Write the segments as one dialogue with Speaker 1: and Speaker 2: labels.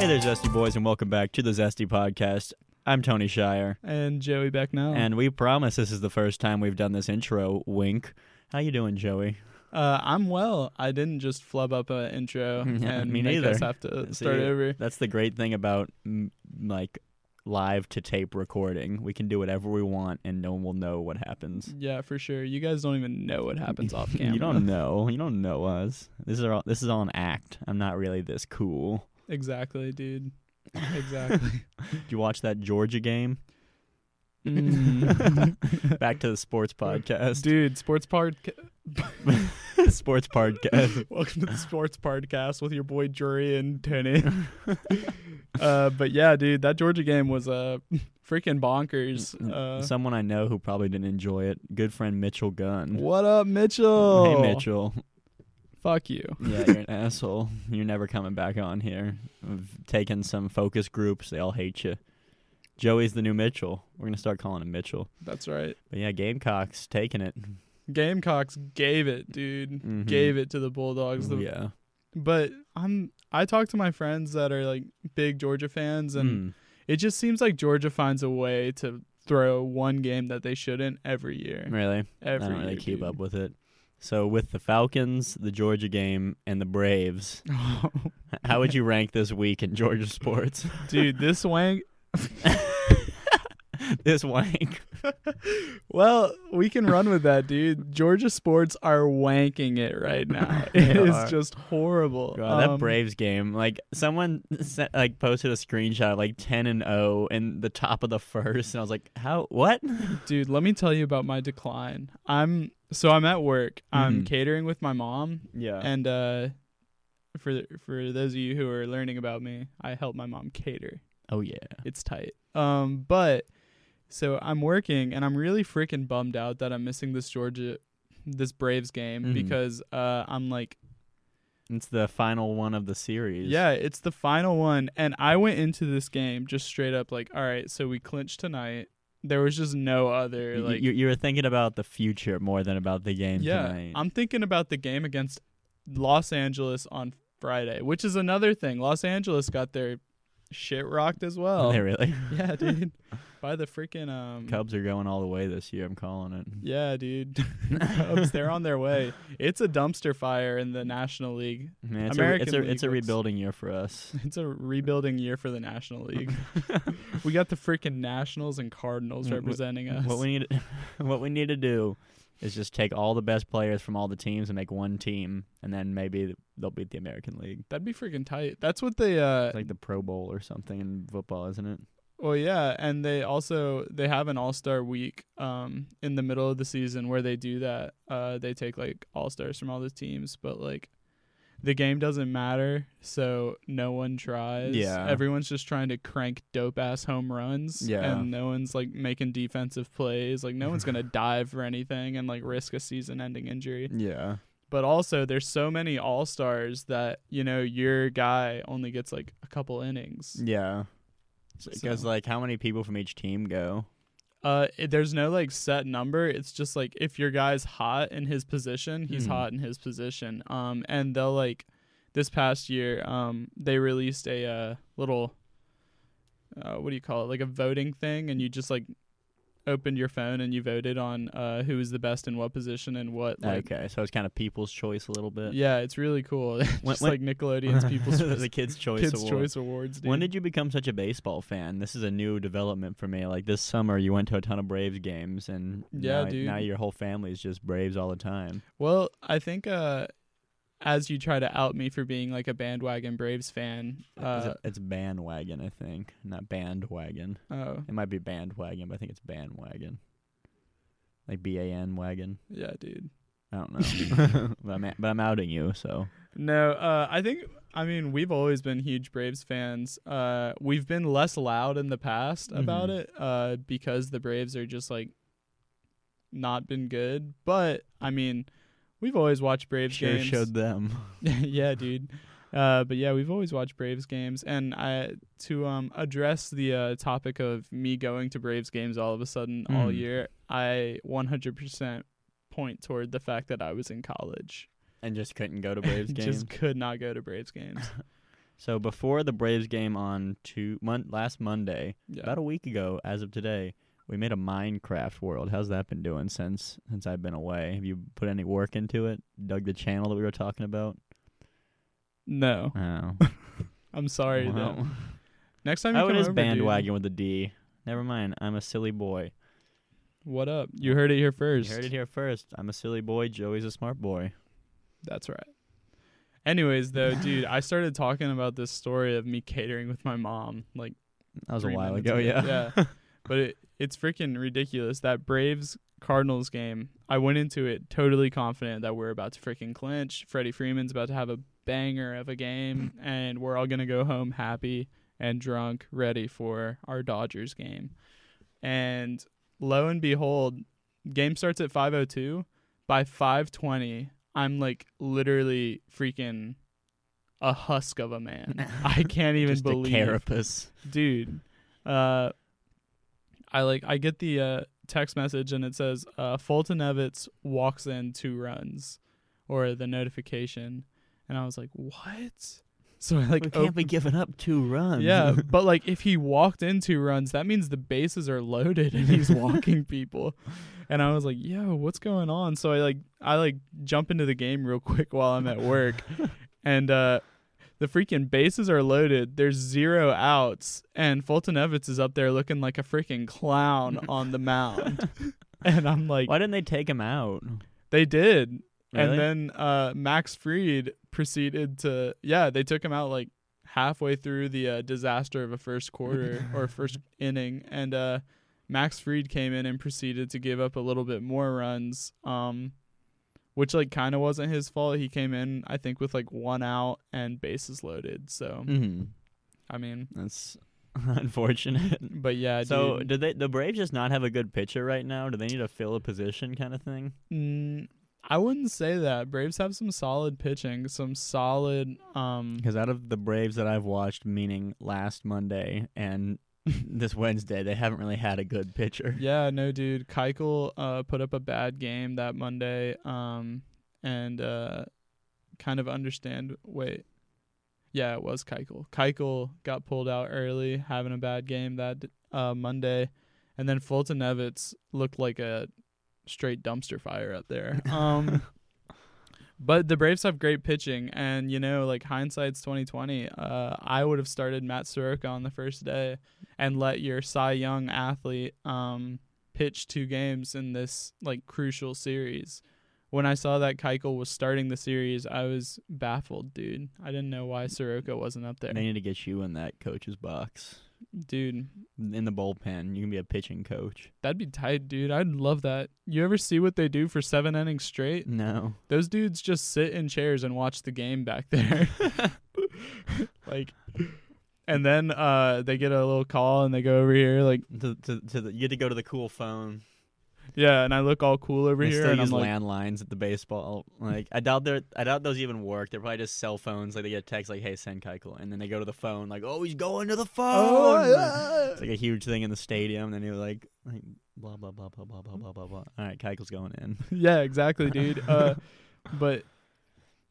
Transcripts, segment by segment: Speaker 1: there, Zesty Boys, and welcome back to the Zesty Podcast. I'm Tony Shire,
Speaker 2: and Joey Becknell.
Speaker 1: and we promise this is the first time we've done this intro. Wink. How you doing, Joey?
Speaker 2: uh, I'm well. I didn't just flub up an intro
Speaker 1: Yeah,
Speaker 2: and
Speaker 1: me
Speaker 2: make
Speaker 1: neither.
Speaker 2: us have to
Speaker 1: See,
Speaker 2: start over.
Speaker 1: That's the great thing about mm, like live to tape recording. We can do whatever we want, and no one will know what happens.
Speaker 2: Yeah, for sure. You guys don't even know what happens off camera.
Speaker 1: You don't know. You don't know us. This is all. This is all an act. I'm not really this cool.
Speaker 2: exactly, dude. Exactly.
Speaker 1: Did you watch that Georgia game?
Speaker 2: Mm.
Speaker 1: Back to the sports podcast.
Speaker 2: dude, sports part.
Speaker 1: sports podcast.
Speaker 2: Welcome to the sports podcast with your boy Jury and Tony. uh, but yeah, dude, that Georgia game was uh, freaking bonkers.
Speaker 1: Mm,
Speaker 2: Uh,
Speaker 1: Someone I know who probably didn't enjoy it. Good friend Mitchell Gunn.
Speaker 2: what up, Mitchell?
Speaker 1: Hey Mitchell.
Speaker 2: Fuck you.
Speaker 1: Yeah, you're an asshole. You're never coming back on here. We've taken some focus groups. They all hate you. Joey's the new Mitchell. We're gonna start calling him Mitchell.
Speaker 2: That's right.
Speaker 1: But yeah, Gamecocks taking it.
Speaker 2: Gamecocks gave it, dude.
Speaker 1: Mhm.
Speaker 2: Gave it to the Bulldogs. The-
Speaker 1: Yeah.
Speaker 2: But I'm I talk to my friends that are like big Georgia fans and
Speaker 1: Mm.
Speaker 2: it just seems like Georgia finds a way to throw one game that they shouldn't every year.
Speaker 1: Hmm. Really?
Speaker 2: Every
Speaker 1: I don't really
Speaker 2: year,
Speaker 1: keep
Speaker 2: dude.
Speaker 1: up with it. So with the Falcons, the Georgia game, and the Braves, how would you rank this week in Georgia sports?
Speaker 2: dude, this wank
Speaker 1: this wank.
Speaker 2: well, we can run with that, dude. Georgia sports are wanking it right now.
Speaker 1: They
Speaker 2: It is
Speaker 1: are.
Speaker 2: just horrible.
Speaker 1: God, that
Speaker 2: Um,
Speaker 1: Braves game, like someone sent, like posted a screenshot of, like ten and zero in the top of the first, and I was like, "How? What?"
Speaker 2: Dude, let me tell you about my decline. I'm so I'm at work. I'm
Speaker 1: Mhm.
Speaker 2: catering with my mom
Speaker 1: Yeah,
Speaker 2: And uh, for for those of you who are learning about me, I help my mom cater.
Speaker 1: oh yeah,
Speaker 2: It's tight. Um, but so I'm working, and I'm really freaking bummed out that I'm missing this Georgia, this Braves game
Speaker 1: Mhm.
Speaker 2: because uh, I'm like,
Speaker 1: it's the final one of the series.
Speaker 2: yeah, it's the final one, and I went into this game just straight up like, all right, so we clinched tonight. There was just no other
Speaker 1: you,
Speaker 2: like.
Speaker 1: you, you were thinking about the future more than about the game
Speaker 2: yeah,
Speaker 1: tonight.
Speaker 2: I'm thinking about the game against Los Angeles on Friday, which is another thing. Los Angeles got their shit rocked as well.
Speaker 1: they really.
Speaker 2: yeah, dude. By the freaking um
Speaker 1: Cubs are going all the way this year. I'm calling it.
Speaker 2: Yeah, dude. Cubs, they're on their way. It's a dumpster fire in the National League.
Speaker 1: Man, it's
Speaker 2: American
Speaker 1: a, it's a, it's a
Speaker 2: League looks-
Speaker 1: rebuilding year for us.
Speaker 2: It's a rebuilding year for the National League. we got the freaking Nationals and Cardinals
Speaker 1: Mm, wh-
Speaker 2: representing us.
Speaker 1: What we need, what we need to do, is just take all the best players from all the teams and make one team, and then maybe they'll beat the American League.
Speaker 2: That'd be freaking tight. That's what they uh
Speaker 1: It's like the Pro Bowl or something in football, isn't it?
Speaker 2: Well, yeah, and they also they have an All Star Week um in the middle of the season where they do that. Uh, they take like All Stars from all the teams, but like the game doesn't matter, so no one tries.
Speaker 1: Yeah.
Speaker 2: everyone's just trying to crank dope ass home runs.
Speaker 1: Yeah.
Speaker 2: and no one's like making defensive plays. Like no one's gonna dive for anything and like risk a season ending injury.
Speaker 1: Yeah.
Speaker 2: But also, there's so many All Stars that you know your guy only gets like a couple innings.
Speaker 1: Yeah. Because
Speaker 2: So-
Speaker 1: like, how many people from each team go?
Speaker 2: Uh, it, there's no like set number. It's just like if your guy's hot in his position, he's
Speaker 1: Mhm.
Speaker 2: hot in his position. Um, and they'll like this past year, um, they released a uh, little, uh, what do you call it? Like a voting thing, and you just like opened your phone and you voted on uh who was the best in what position and what like.
Speaker 1: okay, so it's kind of people's choice a little bit.
Speaker 2: Yeah, it's really cool. just
Speaker 1: when-
Speaker 2: like Nickelodeon's People's
Speaker 1: the Kids Choice
Speaker 2: Kids
Speaker 1: Award.
Speaker 2: Choice Awards. Dude.
Speaker 1: When did you become such a baseball fan? This is a new development for me. Like this summer, you went to a ton of Braves games, and
Speaker 2: Yeah,
Speaker 1: now,
Speaker 2: dude.
Speaker 1: now your whole family is just Braves all the time.
Speaker 2: Well, I think uh, as you try to out me for being like a bandwagon Braves fan,
Speaker 1: Is
Speaker 2: uh,
Speaker 1: it- it's bandwagon, I think, not bandwagon.
Speaker 2: oh
Speaker 1: It might be bandwagon, but I think it's bandwagon. Like B A N wagon.
Speaker 2: yeah, dude.
Speaker 1: I don't know, but, I'm, but I'm outing you, so
Speaker 2: No, uh, I think I mean we've always been huge Braves fans. Uh, we've been less loud in the past about
Speaker 1: Mhm.
Speaker 2: it uh, because the Braves are just like not been good. But I mean, we've always watched Braves
Speaker 1: sure
Speaker 2: games.
Speaker 1: showed them.
Speaker 2: yeah, dude. Uh, but yeah, we've always watched Braves games, and I to um address the uh, topic of me going to Braves games all of a sudden all
Speaker 1: Mm.
Speaker 2: year. I 100% point toward the fact that I was in college
Speaker 1: and just couldn't go to Braves games.
Speaker 2: just could not go to Braves games.
Speaker 1: So before the Braves game on two mon- last Monday,
Speaker 2: Yeah.
Speaker 1: about a week ago, as of today, we made a Minecraft world. How's that been doing since since I've been away? Have you put any work into it? Dug the channel that we were talking about?
Speaker 2: no,
Speaker 1: Oh,
Speaker 2: I'm sorry.
Speaker 1: Wow.
Speaker 2: That next time you
Speaker 1: Oh,
Speaker 2: come
Speaker 1: it is
Speaker 2: over, dude,
Speaker 1: bandwagon with a D. Never mind. I'm a silly boy.
Speaker 2: what up? You heard it here
Speaker 1: You
Speaker 2: first.
Speaker 1: heard it here first. I'm a silly boy. Joey's a smart boy.
Speaker 2: That's right. Anyways, though, dude, I started talking about this story of me catering with my mom like
Speaker 1: That was
Speaker 2: three
Speaker 1: a while
Speaker 2: minutes
Speaker 1: ago. Yeah.
Speaker 2: Yeah. but it, it's freaking ridiculous that Braves Cardinals game. I went into it totally confident that we're about to freaking clinch. Freddie Freeman's about to have a banger of a game, and we're all gonna go home happy and drunk, ready for our Dodgers game. And lo and behold, game starts at 5:02. By 5:20, I'm like literally freaking a husk of a man. I can't even
Speaker 1: Just
Speaker 2: believe
Speaker 1: a carapace.
Speaker 2: dude uh i like i get the uh text message and it says uh fulton evans walks in two runs or the notification and i was like what so i like
Speaker 1: we can't
Speaker 2: op-
Speaker 1: be giving up two runs.
Speaker 2: yeah but like if he walked in two runs that means the bases are loaded and he's walking people and i was like yo what's going on so i like i like jump into the game real quick while i'm at work and uh the freaking bases are loaded. There's zero outs, and Fulton Evans is up there looking like a freaking clown on the mound. and I'm like,
Speaker 1: Why didn't they take him out?
Speaker 2: they did.
Speaker 1: Really?
Speaker 2: And then uh, Max Freed proceeded to, yeah, they took him out like halfway through the uh, disaster of a first quarter or first inning, and uh, Max Freed came in and proceeded to give up a little bit more runs. Um, which like kind of wasn't his fault. He came in, I think, with like one out and bases loaded. So
Speaker 1: mm-hmm.
Speaker 2: I mean,
Speaker 1: That's unfortunate.
Speaker 2: But yeah,
Speaker 1: So,
Speaker 2: dude.
Speaker 1: do they the Braves just not have a good pitcher right now? Do they need to fill a position kind of thing?
Speaker 2: Mm, I wouldn't say that. Braves have some solid pitching, some solid. Um,
Speaker 1: Because out of the Braves that I've watched, meaning last Monday and this Wednesday, they haven't really had a good pitcher.
Speaker 2: yeah, no, dude. Keuchel uh, put up a bad game that Monday. Um, and uh, kind of understand. Wait, yeah, it was Keuchel. Keuchel got pulled out early, having a bad game that uh, Monday, and then Fulton Evans looked like a straight dumpster fire up there. Um. But the Braves have great pitching, and you know, like hindsight's twenty twenty. Uh, I would have started Matt Soroka on the first day, and let your Cy Young athlete um, pitch two games in this like crucial series. When I saw that Keuchel was starting the series, I was baffled, dude. I didn't know why Soroka wasn't up there,
Speaker 1: They need to get you in that coach's box,
Speaker 2: dude.
Speaker 1: in the bullpen. You can be a pitching coach.
Speaker 2: That'd be tight, dude. I'd love that. You ever see what they do for seven innings straight?
Speaker 1: No,
Speaker 2: Those dudes just sit in chairs and watch the game back there. like and then uh they get a little call and they go over here like
Speaker 1: to, to, to the, you get to go to the cool phone.
Speaker 2: yeah, and I look all cool over
Speaker 1: They
Speaker 2: here
Speaker 1: still
Speaker 2: and I'm
Speaker 1: use
Speaker 2: like
Speaker 1: landlines at the baseball. Like I doubt they I doubt those even work. They're probably just cell phones. Like they get a text like, "Hey, send Keuchel," and then they go to the phone. Like, "Oh, he's going to the phone."
Speaker 2: oh,
Speaker 1: It's like a huge thing in the stadium. Then you're like, like blah blah blah blah blah blah blah blah blah. All right, Keuchel's going in.
Speaker 2: yeah. yeah, exactly, dude. Uh but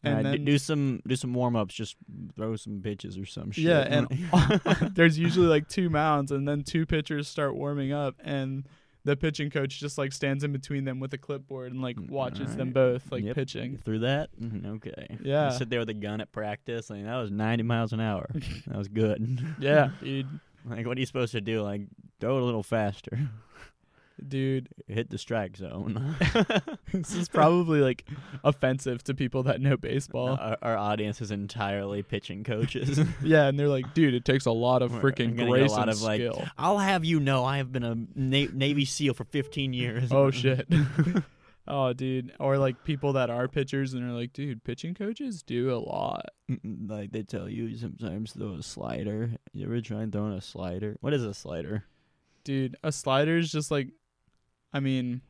Speaker 2: and
Speaker 1: Uh, d-
Speaker 2: then
Speaker 1: do some do some warm ups. Just throw some bitches or some shit.
Speaker 2: Yeah, and there's usually like two mounds, and then two pitchers start warming up, and the pitching coach just like stands in between them with a clipboard and like
Speaker 1: Mm,
Speaker 2: watches them
Speaker 1: alright.
Speaker 2: both like
Speaker 1: Yep.
Speaker 2: pitching.
Speaker 1: through that. Mm, Okay. You
Speaker 2: Yeah.
Speaker 1: sit there with a gun at practice. Like that was 90 miles an hour. that was good.
Speaker 2: Yeah, dude,
Speaker 1: Like what are you supposed to do? Like throw it a little faster.
Speaker 2: dude,
Speaker 1: Hit the strike zone.
Speaker 2: this is probably like offensive to people that know baseball.
Speaker 1: our, our audience is entirely pitching coaches.
Speaker 2: Yeah, and they're like, dude, it takes a lot of
Speaker 1: We're gonna
Speaker 2: freaking
Speaker 1: get a
Speaker 2: grace
Speaker 1: lot
Speaker 2: and
Speaker 1: of, like,
Speaker 2: skill.
Speaker 1: I'll have you know, I have been a Na- Navy SEAL for 15 years.
Speaker 2: oh shit. oh, dude, or like people that are pitchers and are like, dude, pitching coaches do a lot.
Speaker 1: Mm-mm, like they tell you sometimes throw a slider. You ever try and throwing a slider? What is a slider?
Speaker 2: dude a slider is just like i mean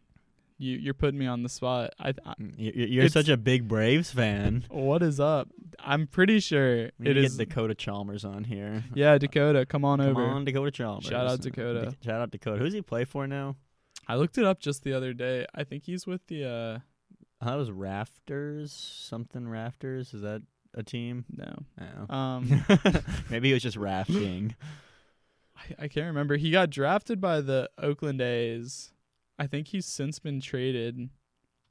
Speaker 2: you you're putting me on the spot i, I
Speaker 1: Mm, you- you- You're
Speaker 2: It's-
Speaker 1: such a big Braves fan.
Speaker 2: what is up i'm pretty sure
Speaker 1: We need
Speaker 2: it
Speaker 1: to
Speaker 2: is
Speaker 1: get Dakota Chalmers on here.
Speaker 2: yeah dakota come on
Speaker 1: Come
Speaker 2: over
Speaker 1: on, Dakota Chalmers.
Speaker 2: Shout out
Speaker 1: Uh,
Speaker 2: Dakota.
Speaker 1: Dak- shout out Dakota. Who does he play for now?
Speaker 2: i looked it up just the other day i think he's with the uh
Speaker 1: Uh, That was Rafters, something Rafters. Is that a team?
Speaker 2: No.
Speaker 1: I don't know.
Speaker 2: Um,
Speaker 1: Maybe he was just rafting.
Speaker 2: I, I can't remember. He got drafted by the Oakland A's. I think he's since been traded. I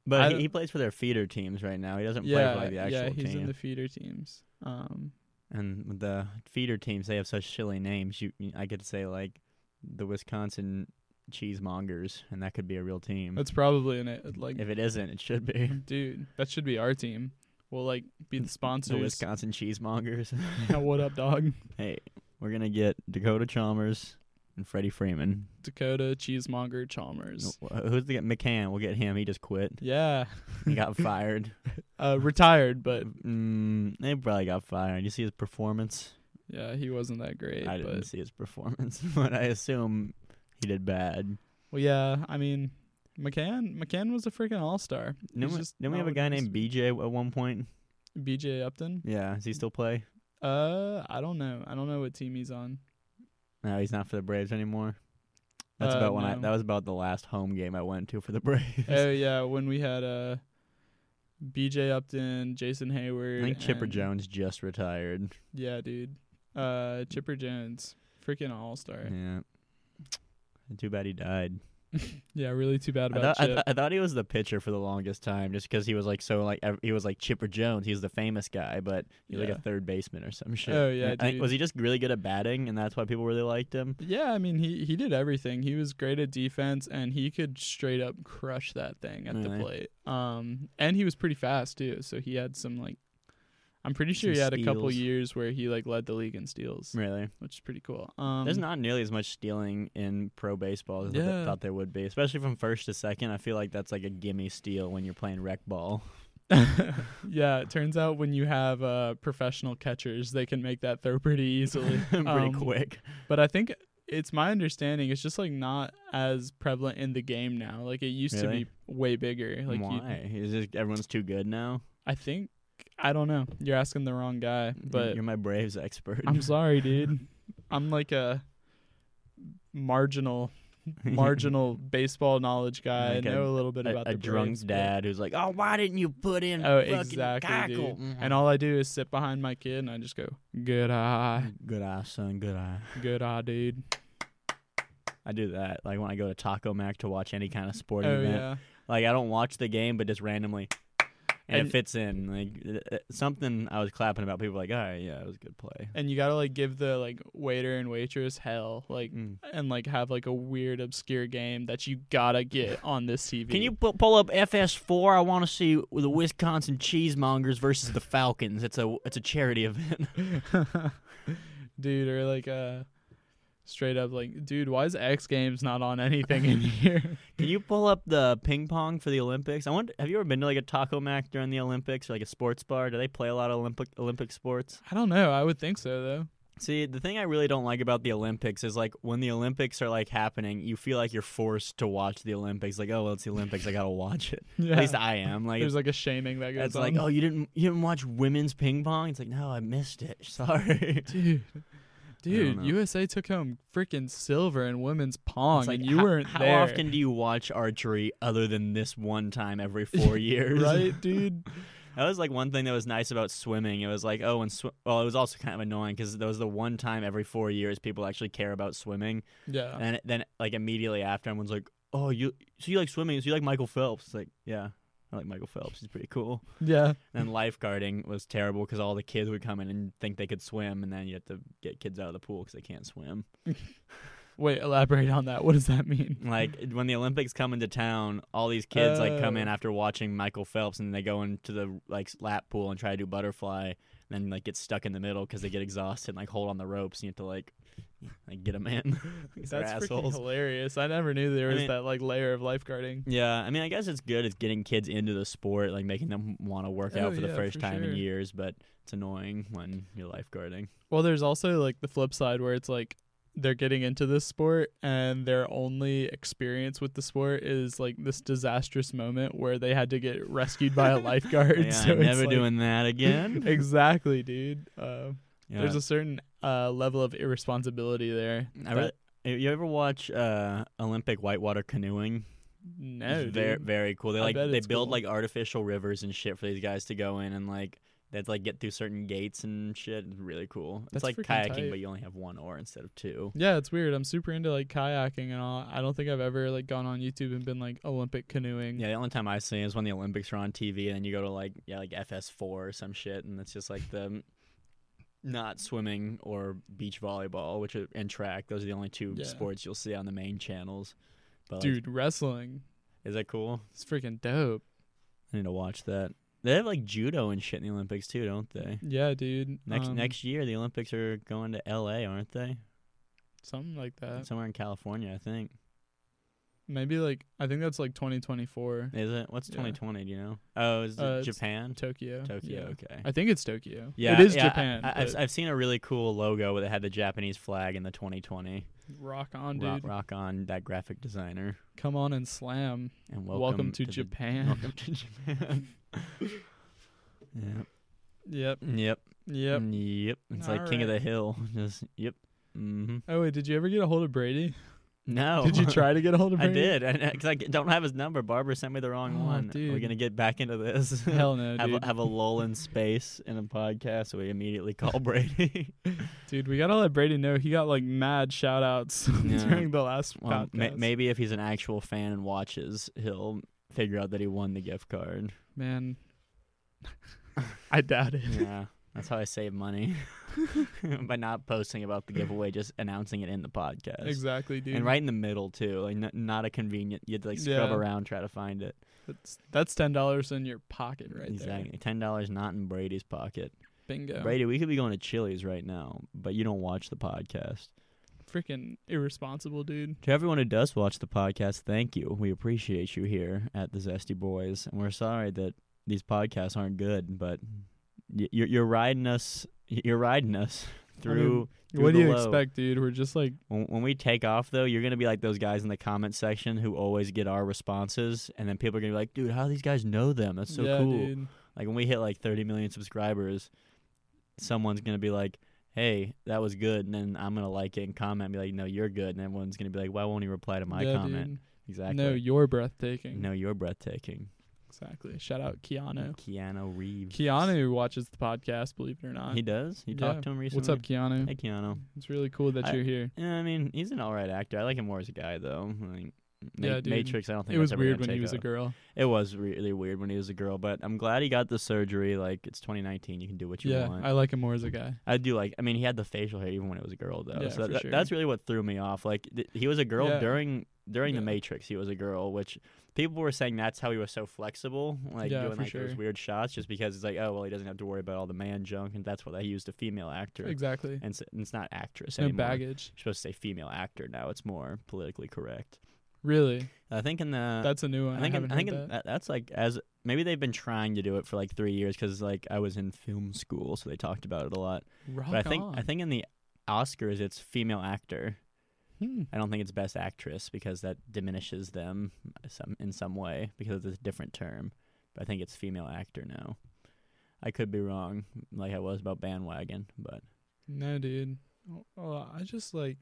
Speaker 1: But he,
Speaker 2: don't-
Speaker 1: he plays for their feeder teams right now. He doesn't play
Speaker 2: yeah,
Speaker 1: for like the
Speaker 2: yeah,
Speaker 1: actual
Speaker 2: he's
Speaker 1: team.
Speaker 2: in the feeder teams. Um,
Speaker 1: and with the feeder teams, they have such silly names. You, I could say like the Wisconsin Cheesemongers, and that could be a real team.
Speaker 2: that's probably in it. Like,
Speaker 1: Hmm. if it isn't, it should be
Speaker 2: dude, that should be our team. We'll like be the
Speaker 1: the
Speaker 2: sponsors.
Speaker 1: Wisconsin Cheesemongers.
Speaker 2: Yeah, what up, dog?
Speaker 1: hey, we're gonna get Dakota Chalmers and Freddie Freeman.
Speaker 2: Dakota Cheesemonger Chalmers.
Speaker 1: Wh- Who's the McCann? We'll get him. He just quit.
Speaker 2: Yeah,
Speaker 1: He got fired.
Speaker 2: uh, retired, but
Speaker 1: mm, they probably got fired. You see his performance.
Speaker 2: yeah, he wasn't that great.
Speaker 1: I didn't
Speaker 2: but
Speaker 1: see his performance, but I assume he did bad.
Speaker 2: well, yeah, I mean, McCann McCann was a freaking all star.
Speaker 1: Didn't,
Speaker 2: He's
Speaker 1: we,
Speaker 2: just
Speaker 1: didn't we have
Speaker 2: not
Speaker 1: a
Speaker 2: what
Speaker 1: guy
Speaker 2: he used
Speaker 1: named BJ at one point?
Speaker 2: B.J. Upton.
Speaker 1: Yeah, does he still play?
Speaker 2: Uh, I don't know. I don't know what team he's on.
Speaker 1: No, he's not for the Braves anymore. That's
Speaker 2: Uh,
Speaker 1: about when I.
Speaker 2: no.
Speaker 1: That was about the last home game I went to for the Braves.
Speaker 2: oh yeah, when we had uh, B.J. Upton, Jason Hayward.
Speaker 1: I think Chipper
Speaker 2: and-
Speaker 1: Jones just retired.
Speaker 2: Yeah, dude. Uh, Chipper Jones, freaking all star.
Speaker 1: Yeah. Too bad he died.
Speaker 2: Yeah, really too bad
Speaker 1: I
Speaker 2: about
Speaker 1: thought, I,
Speaker 2: Chip.
Speaker 1: thought- I thought he was the pitcher for the longest time, just because he was like so like ev- he was like Chipper Jones. He was the famous guy, but he's like
Speaker 2: Yeah.
Speaker 1: a third baseman or some shit.
Speaker 2: Oh, yeah,
Speaker 1: I think-
Speaker 2: dude.
Speaker 1: was he just really good at batting, and that's why people really liked him?
Speaker 2: yeah, I mean he he did everything. He was great at defense and he could straight up crush that thing at the
Speaker 1: Really?
Speaker 2: plate. Um and he was pretty fast too, so he had some like I'm pretty sure
Speaker 1: Some
Speaker 2: he had a couple
Speaker 1: steals.
Speaker 2: years where he like led the league in steals,
Speaker 1: Really,
Speaker 2: which is pretty cool. Um
Speaker 1: there's not nearly as much stealing in pro baseball as I
Speaker 2: Yeah.
Speaker 1: th- thought there would be, especially from first to second. I feel like that's like a gimme steal when you're playing rec ball.
Speaker 2: Yeah, it turns out when you have uh professional catchers, they can make that throw pretty easily.
Speaker 1: pretty
Speaker 2: Um,
Speaker 1: quick.
Speaker 2: But I think it's my understanding it's just like not as prevalent in the game now. Like it used
Speaker 1: Really?
Speaker 2: to be way bigger. Like you
Speaker 1: Why is this, everyone's too good now?
Speaker 2: I think I don't know. You're asking the wrong guy,
Speaker 1: You're-
Speaker 2: but
Speaker 1: you're my Braves expert.
Speaker 2: I'm sorry, dude. I'm like a marginal marginal baseball knowledge guy.
Speaker 1: Like
Speaker 2: I
Speaker 1: a-
Speaker 2: know a little bit
Speaker 1: a,
Speaker 2: about
Speaker 1: a
Speaker 2: the
Speaker 1: drunk
Speaker 2: Braves, but-
Speaker 1: dad who's like, "Oh, why didn't you put in
Speaker 2: Oh,
Speaker 1: fucking Mm-hmm.
Speaker 2: exactly, dude.
Speaker 1: Keuchel?"
Speaker 2: And all I do is sit behind my kid and I just go, "Good eye,
Speaker 1: Good eye, son. Good eye.
Speaker 2: good eye, dude."
Speaker 1: I do that. Like when I go to Taco Mac to watch any kind of sporting
Speaker 2: Oh
Speaker 1: event.
Speaker 2: yeah,
Speaker 1: Like I don't watch the game, but just randomly, and,
Speaker 2: And-
Speaker 1: it fits in. Like th- th- something I was clapping about. People were like, all right, yeah, it was a good play.
Speaker 2: and you gotta like give the like waiter and waitress hell, like.
Speaker 1: Mm.
Speaker 2: And like have like a weird obscure game that you gotta get on this TV.
Speaker 1: Can you pu- pull up FS4? I want to see the Wisconsin Cheesemongers versus the Falcons. It's a it's a charity event.
Speaker 2: dude, or like uh straight up like, dude, why is X Games not on anything in here?
Speaker 1: Can you pull up the ping pong for the Olympics? I want. Have you ever been to like a Taco Mac during the Olympics or like a sports bar? Do they play a lot of Olympic Olympic sports?
Speaker 2: I don't know. I would think so though.
Speaker 1: See, the thing I really don't like about the Olympics is like when the Olympics are like happening, you feel like you're forced to watch the Olympics. Like, oh, well, it's the Olympics, I gotta watch it.
Speaker 2: Yeah.
Speaker 1: At least I am. Like,
Speaker 2: There's
Speaker 1: it's,
Speaker 2: like a shaming that goes
Speaker 1: it's like,
Speaker 2: on.
Speaker 1: oh, you didn't you didn't watch women's ping pong? It's like, no, I missed it. Sorry.
Speaker 2: dude. Dude,
Speaker 1: know.
Speaker 2: USA took home freaking silver in women's pong,
Speaker 1: It's like,
Speaker 2: and you
Speaker 1: how,
Speaker 2: weren't
Speaker 1: How
Speaker 2: there,
Speaker 1: often do you watch archery other than this one time every four years?
Speaker 2: right, dude?
Speaker 1: That was like one thing that was nice about swimming. It was like, oh, and sw- well, it was also kind of annoying because there was the one time every four years people actually care about swimming.
Speaker 2: Yeah,
Speaker 1: And then, like immediately after, everyone's like, "Oh, you so you like swimming? So you like Michael Phelps?" It's like, yeah, I like Michael Phelps. He's pretty cool.
Speaker 2: yeah.
Speaker 1: And then lifeguarding was terrible because all the kids would come in and think they could swim, and then you have to get kids out of the pool because they can't swim.
Speaker 2: Wait, elaborate on that. What does that mean?
Speaker 1: Like when the Olympics come into town, all these kids like come in
Speaker 2: Oh.
Speaker 1: after watching Michael Phelps, and they go into the like lap pool and try to do butterfly, and then like get stuck in the middle because they get exhausted and like hold on the ropes, and you have to like like get them in. They're
Speaker 2: That's freaking
Speaker 1: assholes.
Speaker 2: hilarious. I never knew there was
Speaker 1: mean-
Speaker 2: that like layer of lifeguarding.
Speaker 1: Yeah, I mean, I guess it's good. It's getting kids into the sport, like making them want to work out
Speaker 2: Oh,
Speaker 1: for the
Speaker 2: yeah,
Speaker 1: first
Speaker 2: for
Speaker 1: time
Speaker 2: sure.
Speaker 1: in years. But it's annoying when you're lifeguarding.
Speaker 2: Well, there's also like the flip side where it's like they're getting into this sport and their only experience with the sport is like this disastrous moment where they had to get rescued by a lifeguard.
Speaker 1: Yeah,
Speaker 2: so
Speaker 1: I'm never
Speaker 2: it's, like-
Speaker 1: doing that again.
Speaker 2: exactly, dude. Uh,
Speaker 1: Yeah.
Speaker 2: There's a certain uh, level of irresponsibility there.
Speaker 1: I really, you ever watch uh, Olympic whitewater canoeing?
Speaker 2: No,
Speaker 1: very
Speaker 2: dude.
Speaker 1: very cool. They
Speaker 2: I
Speaker 1: like
Speaker 2: bet
Speaker 1: they
Speaker 2: it's
Speaker 1: build
Speaker 2: cool.
Speaker 1: like artificial rivers and shit for these guys to go in and like They have to like get through certain gates and shit. It's really cool.
Speaker 2: That's
Speaker 1: it's like
Speaker 2: freaking
Speaker 1: kayaking,
Speaker 2: tight.
Speaker 1: but you only have one oar instead of two.
Speaker 2: Yeah, it's weird. I'm super into like kayaking and all. I don't think I've ever like gone on YouTube and been like Olympic canoeing.
Speaker 1: Yeah, the only time I see it is when the Olympics are on TV, and then you go to like yeah, like FS4 or some shit, and it's just like the not swimming or beach volleyball, which are, and track. Those are the only two
Speaker 2: Yeah.
Speaker 1: sports you'll see on the main channels. But like,
Speaker 2: Dude, wrestling.
Speaker 1: is that cool?
Speaker 2: It's freaking dope.
Speaker 1: I need to watch that. They have like judo and shit in the Olympics too, don't they?
Speaker 2: Yeah, dude.
Speaker 1: Next
Speaker 2: Um,
Speaker 1: next year the Olympics are going to L.A., aren't they?
Speaker 2: something like that.
Speaker 1: Somewhere in California, I think.
Speaker 2: Maybe like I think that's like 2024
Speaker 1: Is it? What's
Speaker 2: Yeah.
Speaker 1: 2020? Do you know? Oh, is it
Speaker 2: Uh, it's
Speaker 1: Japan?
Speaker 2: Tokyo.
Speaker 1: Tokyo.
Speaker 2: Yeah.
Speaker 1: Okay.
Speaker 2: I think it's Tokyo.
Speaker 1: Yeah,
Speaker 2: it is
Speaker 1: yeah, I-
Speaker 2: Japan.
Speaker 1: I, I've,
Speaker 2: but
Speaker 1: I've seen a really cool logo that had the Japanese flag in the 2020.
Speaker 2: rock on, dude.
Speaker 1: Rock, rock on that graphic designer,
Speaker 2: Come on and slam.
Speaker 1: and welcome,
Speaker 2: Welcome, to,
Speaker 1: the-
Speaker 2: Japan.
Speaker 1: welcome to Japan. yep.
Speaker 2: yep.
Speaker 1: Yep. Mm.
Speaker 2: Yep.
Speaker 1: Yep. It's like King of the
Speaker 2: Alright.
Speaker 1: Hill. Just yep. Mm-hmm.
Speaker 2: Oh wait, did you ever get a hold of Brady?
Speaker 1: No.
Speaker 2: Did you try to get a hold of
Speaker 1: Oh, I
Speaker 2: Brady?
Speaker 1: did, because I don't have his number. Barbara sent me the wrong
Speaker 2: Oh,
Speaker 1: one. We're
Speaker 2: dude.
Speaker 1: gonna get back into this.
Speaker 2: Hell no,
Speaker 1: have
Speaker 2: dude.
Speaker 1: a, have a lull in space in a podcast, so we immediately call Brady.
Speaker 2: Dude, we gotta let Brady know he got like mad shout outs
Speaker 1: Yeah.
Speaker 2: during the last
Speaker 1: well, ma-
Speaker 2: podcast.
Speaker 1: maybe if he's an actual fan and watches, he'll figure out that he won the gift card.
Speaker 2: Man, I doubt it.
Speaker 1: Yeah, that's how I save money by not posting about the giveaway, just announcing it in the podcast.
Speaker 2: Exactly, dude.
Speaker 1: And right in the middle too, like n- not a convenient. You had to like scrub
Speaker 2: Yeah.
Speaker 1: around, try to find it.
Speaker 2: That's, that's ten dollars in your pocket right
Speaker 1: exactly. Ten dollars not in Brady's pocket.
Speaker 2: there. Bingo.
Speaker 1: Brady, we could be going to Chili's right now, but you don't watch the podcast.
Speaker 2: Freaking irresponsible, dude.
Speaker 1: To everyone who does watch the podcast, thank you. We appreciate you here at the Zesty Boys, and we're sorry that these podcasts aren't good, but y- you're, you're riding us. You're riding us through. Through
Speaker 2: what
Speaker 1: the
Speaker 2: do you
Speaker 1: low.
Speaker 2: expect, dude? We're just like
Speaker 1: When, when we take off, though, you're gonna be like those guys in the comment section who always get our responses, and then people are gonna be like, "Dude, how do these guys know them? That's so
Speaker 2: yeah,
Speaker 1: cool."
Speaker 2: dude.
Speaker 1: Like when we hit like 30 million subscribers, someone's gonna be like, "Hey, that was good," and then I'm gonna like it and comment, and be like, "No, you're good," and everyone's gonna be like, "Why won't he reply to my
Speaker 2: Yeah,
Speaker 1: comment?"
Speaker 2: dude.
Speaker 1: Exactly.
Speaker 2: No, you're breathtaking.
Speaker 1: No, you're breathtaking.
Speaker 2: Exactly. Shout out Keanu.
Speaker 1: Keanu Reeves.
Speaker 2: Keanu watches the podcast, believe it or not.
Speaker 1: He does. You talked
Speaker 2: Yeah.
Speaker 1: to him recently.
Speaker 2: What's up, Keanu?
Speaker 1: Hey, Keanu.
Speaker 2: It's really cool that
Speaker 1: I-
Speaker 2: you're here.
Speaker 1: Yeah, I mean, he's an all right actor. I like him more as a guy, though. Like, Ma-
Speaker 2: Yeah, dude.
Speaker 1: Matrix. I don't think
Speaker 2: It was
Speaker 1: that's ever
Speaker 2: weird
Speaker 1: gonna
Speaker 2: when he
Speaker 1: take
Speaker 2: was a
Speaker 1: off.
Speaker 2: girl.
Speaker 1: It was really weird when he was a girl, but I'm glad he got the surgery. Like, it's 2019. You can do what you
Speaker 2: Yeah,
Speaker 1: want.
Speaker 2: I like him more as a guy.
Speaker 1: I do like. I mean, he had the facial hair even when it was a girl, though.
Speaker 2: Yeah,
Speaker 1: so
Speaker 2: for
Speaker 1: that,
Speaker 2: sure.
Speaker 1: that's really what threw me off. Like th- he was a girl
Speaker 2: Yeah.
Speaker 1: during during the
Speaker 2: Yeah.
Speaker 1: Matrix. He was a girl, which people were saying that's how he was so flexible, like
Speaker 2: Yeah,
Speaker 1: doing
Speaker 2: for
Speaker 1: like those
Speaker 2: sure.
Speaker 1: weird shots, just because it's like, oh well, he doesn't have to worry about all the man junk, and that's what they used a female actor,
Speaker 2: Exactly.
Speaker 1: and, it's, and it's not actress
Speaker 2: No
Speaker 1: anymore.
Speaker 2: baggage.
Speaker 1: You're supposed to say female actor now. It's more politically correct.
Speaker 2: Really?
Speaker 1: I think in the
Speaker 2: That's a new
Speaker 1: Uh,
Speaker 2: one.
Speaker 1: I
Speaker 2: I,
Speaker 1: think
Speaker 2: haven't
Speaker 1: I think
Speaker 2: heard
Speaker 1: in- that-
Speaker 2: that.
Speaker 1: that's like as maybe they've been trying to do it for like three years because like I was in film school, so they talked about it a lot.
Speaker 2: Rock
Speaker 1: But I think
Speaker 2: on.
Speaker 1: I think in the Oscars it's female actor.
Speaker 2: Hmm.
Speaker 1: I don't think it's best actress because that diminishes them some in some way because it's a different term. But I think it's female actor now. I could be wrong, like I was about bandwagon, but
Speaker 2: No, dude. Oh, I just like.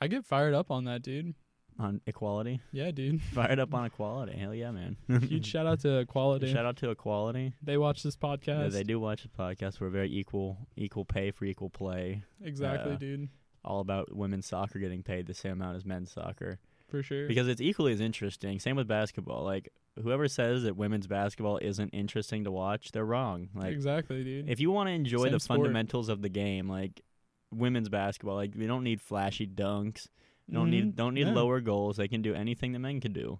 Speaker 2: I get fired up on that, dude.
Speaker 1: on equality,
Speaker 2: Yeah, dude.
Speaker 1: fired up on equality. Hell yeah, man!
Speaker 2: Huge shout out to Quality.
Speaker 1: Shout out to equality.
Speaker 2: They watch this
Speaker 1: Yeah,
Speaker 2: podcast.
Speaker 1: they do watch the podcast. We're very equal, equal pay for equal play.
Speaker 2: Exactly,
Speaker 1: Yeah.
Speaker 2: dude.
Speaker 1: All about women's soccer getting paid the same amount as men's soccer.
Speaker 2: For sure.
Speaker 1: because it's equally as interesting. Same with basketball. Like whoever says that women's basketball isn't interesting to watch, they're wrong. Like
Speaker 2: exactly, dude.
Speaker 1: if you want to enjoy
Speaker 2: Same
Speaker 1: the
Speaker 2: sport.
Speaker 1: fundamentals of the game, like women's basketball, like they don't need flashy dunks. They Don't need
Speaker 2: Mhm.
Speaker 1: don't need
Speaker 2: No.
Speaker 1: lower goals. They can do anything that men can do.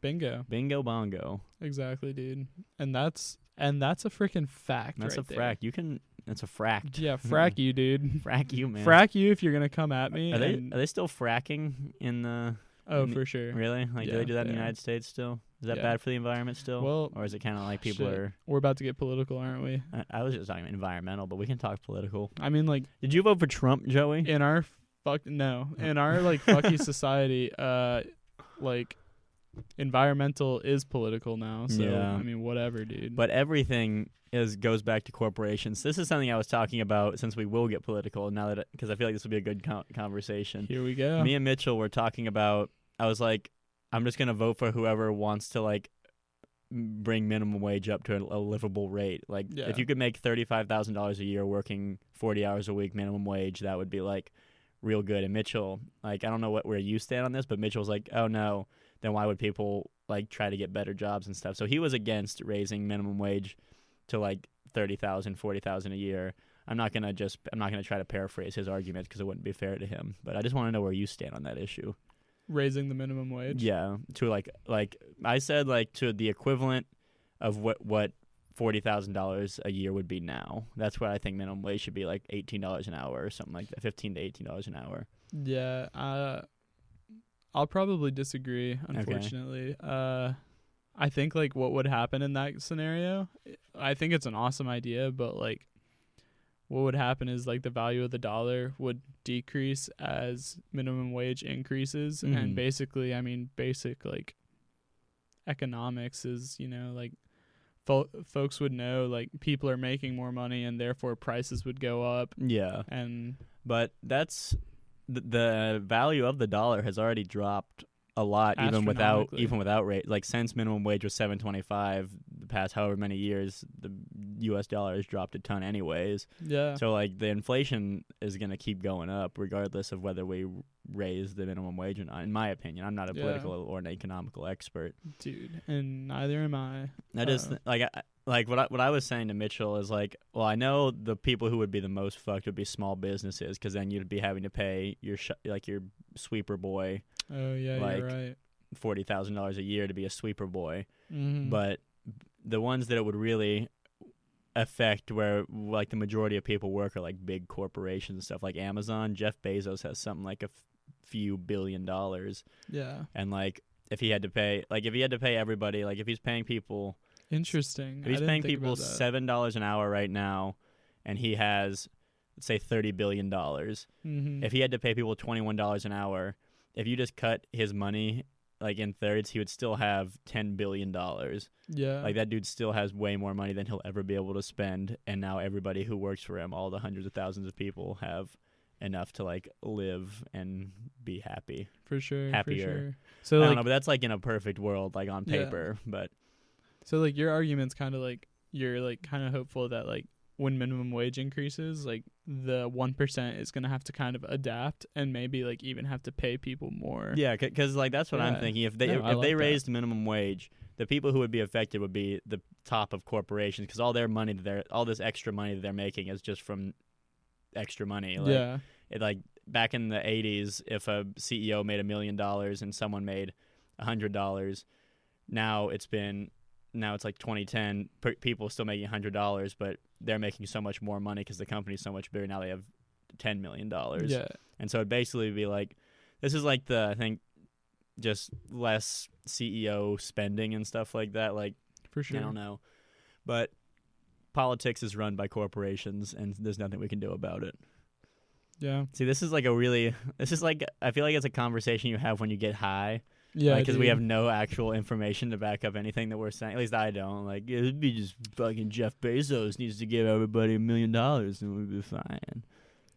Speaker 2: Bingo.
Speaker 1: Bingo bongo.
Speaker 2: Exactly, dude. And that's and that's a freaking fact.
Speaker 1: That's
Speaker 2: right
Speaker 1: a
Speaker 2: there.
Speaker 1: frack. You can. That's a fract.
Speaker 2: Yeah, frack you, dude.
Speaker 1: Frack you, man.
Speaker 2: Frack you if you're gonna come at me.
Speaker 1: Are they
Speaker 2: and-
Speaker 1: are they still fracking in the
Speaker 2: oh,
Speaker 1: in-
Speaker 2: for sure.
Speaker 1: really like do
Speaker 2: Yeah,
Speaker 1: they do that in the
Speaker 2: they are.
Speaker 1: United States still? Is that
Speaker 2: Yeah.
Speaker 1: bad for the environment still?
Speaker 2: Well,
Speaker 1: or is it kind of like people
Speaker 2: shit.
Speaker 1: are?
Speaker 2: We're about to get political, aren't we?
Speaker 1: I, I was just talking about environmental, but we can talk political.
Speaker 2: I mean, like
Speaker 1: Did you vote for Trump, Joey?
Speaker 2: in our fuck no, in our like fucky society, uh, like environmental is political now. So
Speaker 1: Yeah.
Speaker 2: I mean, whatever, dude.
Speaker 1: But everything is goes back to corporations. This is something I was talking about since we will get political now that because I feel like this will be a good co- conversation.
Speaker 2: here we go.
Speaker 1: Me and Mitchell were talking about. I was like, I'm just gonna vote for whoever wants to like bring minimum wage up to a, a livable rate. Like
Speaker 2: Yeah.
Speaker 1: if you could make thirty five thousand dollars a year working forty hours a week minimum wage, that would be like real good. And Mitchell, like I don't know what where you stand on this, but Mitchell's like, oh no, then why would people like try to get better jobs and stuff? So he was against raising minimum wage to like thirty thousand, forty thousand a year. I'm not gonna just I'm not gonna try to paraphrase his argument because it wouldn't be fair to him. But I just want to know where you stand on that issue.
Speaker 2: raising the minimum wage.
Speaker 1: Yeah, to like like I said like to the equivalent of what what forty thousand dollars a year would be now. That's what I think minimum wage should be like eighteen dollars an hour or something like that, fifteen to eighteen dollars an hour.
Speaker 2: Yeah, uh, I'll probably disagree. Unfortunately, uh, I think like what would happen in that scenario. I think it's an awesome idea, but like, what would happen is like the value of the dollar would decrease as minimum wage increases,
Speaker 1: Mhm.
Speaker 2: and basically, I mean, basic like economics is you know like. Fol- folks would know like people are making more money and therefore prices would go up
Speaker 1: Yeah,
Speaker 2: and
Speaker 1: but that's the, the value of the dollar has already dropped a lot even without
Speaker 2: Astronomically.
Speaker 1: even without rate like since minimum wage was 725 the past however many years the US dollar has dropped a ton anyways
Speaker 2: yeah
Speaker 1: So like the inflation is going to keep going up regardless of whether we raise the minimum wage or not. In my opinion, I'm not a
Speaker 2: Yeah.
Speaker 1: political or an economical expert.
Speaker 2: dude and neither am i
Speaker 1: I just
Speaker 2: Uh.
Speaker 1: th- like I, like what I, what I was saying to Mitchell is like, well, I know the people who would be the most fucked would be small businesses because then you'd be having to pay your sh- like your sweeper boy
Speaker 2: oh yeah
Speaker 1: Like,
Speaker 2: you're right
Speaker 1: forty thousand dollars a year to be a sweeper boy.
Speaker 2: mm-hmm.
Speaker 1: but the ones that it would really affect where like the majority of people work are like big corporations and stuff like amazon jeff bezos has something like a f- few billion dollars
Speaker 2: yeah
Speaker 1: and like if he had to pay like if he had to pay everybody like if he's paying people
Speaker 2: interesting
Speaker 1: if
Speaker 2: I
Speaker 1: he's
Speaker 2: didn't
Speaker 1: paying
Speaker 2: think
Speaker 1: people
Speaker 2: about that.
Speaker 1: seven dollars an hour right now and he has let's say 30 billion dollars
Speaker 2: Mhm.
Speaker 1: if he had to pay people twenty one dollars an hour, if you just cut his money like in thirds, he would still have ten billion dollars.
Speaker 2: yeah
Speaker 1: Like that dude still has way more money than he'll ever be able to spend. And now everybody who works for him, all the hundreds of thousands of people, have enough to like live and be happy.
Speaker 2: for sure for
Speaker 1: happier.
Speaker 2: sure so
Speaker 1: I don't
Speaker 2: like
Speaker 1: know, but that's like in a perfect world, like on
Speaker 2: Yeah.
Speaker 1: paper. But
Speaker 2: so like your argument's kind of like you're like kind of hopeful that like when minimum wage increases like the 1% is going to have to kind of adapt and maybe like even have to pay people more
Speaker 1: yeah, because like that's what I'm
Speaker 2: Yeah.
Speaker 1: thinking. If they
Speaker 2: No,
Speaker 1: if
Speaker 2: I like
Speaker 1: they
Speaker 2: that.
Speaker 1: raised minimum wage, the people who would be affected would be the top of corporations because all their money that they're all this extra money that they're making is just from extra money. Like,
Speaker 2: yeah
Speaker 1: it like back in the 80s if a ceo made a million dollars and someone made a hundred dollars now it's been now it's like 2010 per, people still making a hundred dollars but they're making so much more money because the company's so much bigger now they have 10 million dollars
Speaker 2: yeah
Speaker 1: and so it'd basically be like this is like the i think just less ceo spending and stuff like that like
Speaker 2: for sure
Speaker 1: I don't know. But politics is run by corporations and there's nothing we can do about it.
Speaker 2: yeah
Speaker 1: See, this is like a really this is like I feel like it's a conversation you have when you get high.
Speaker 2: yeah
Speaker 1: because we
Speaker 2: dude.
Speaker 1: have no actual information to back up anything that we're saying. At least I don't. Like it'd be just fucking Jeff Bezos needs to give everybody a million dollars and we'd be fine.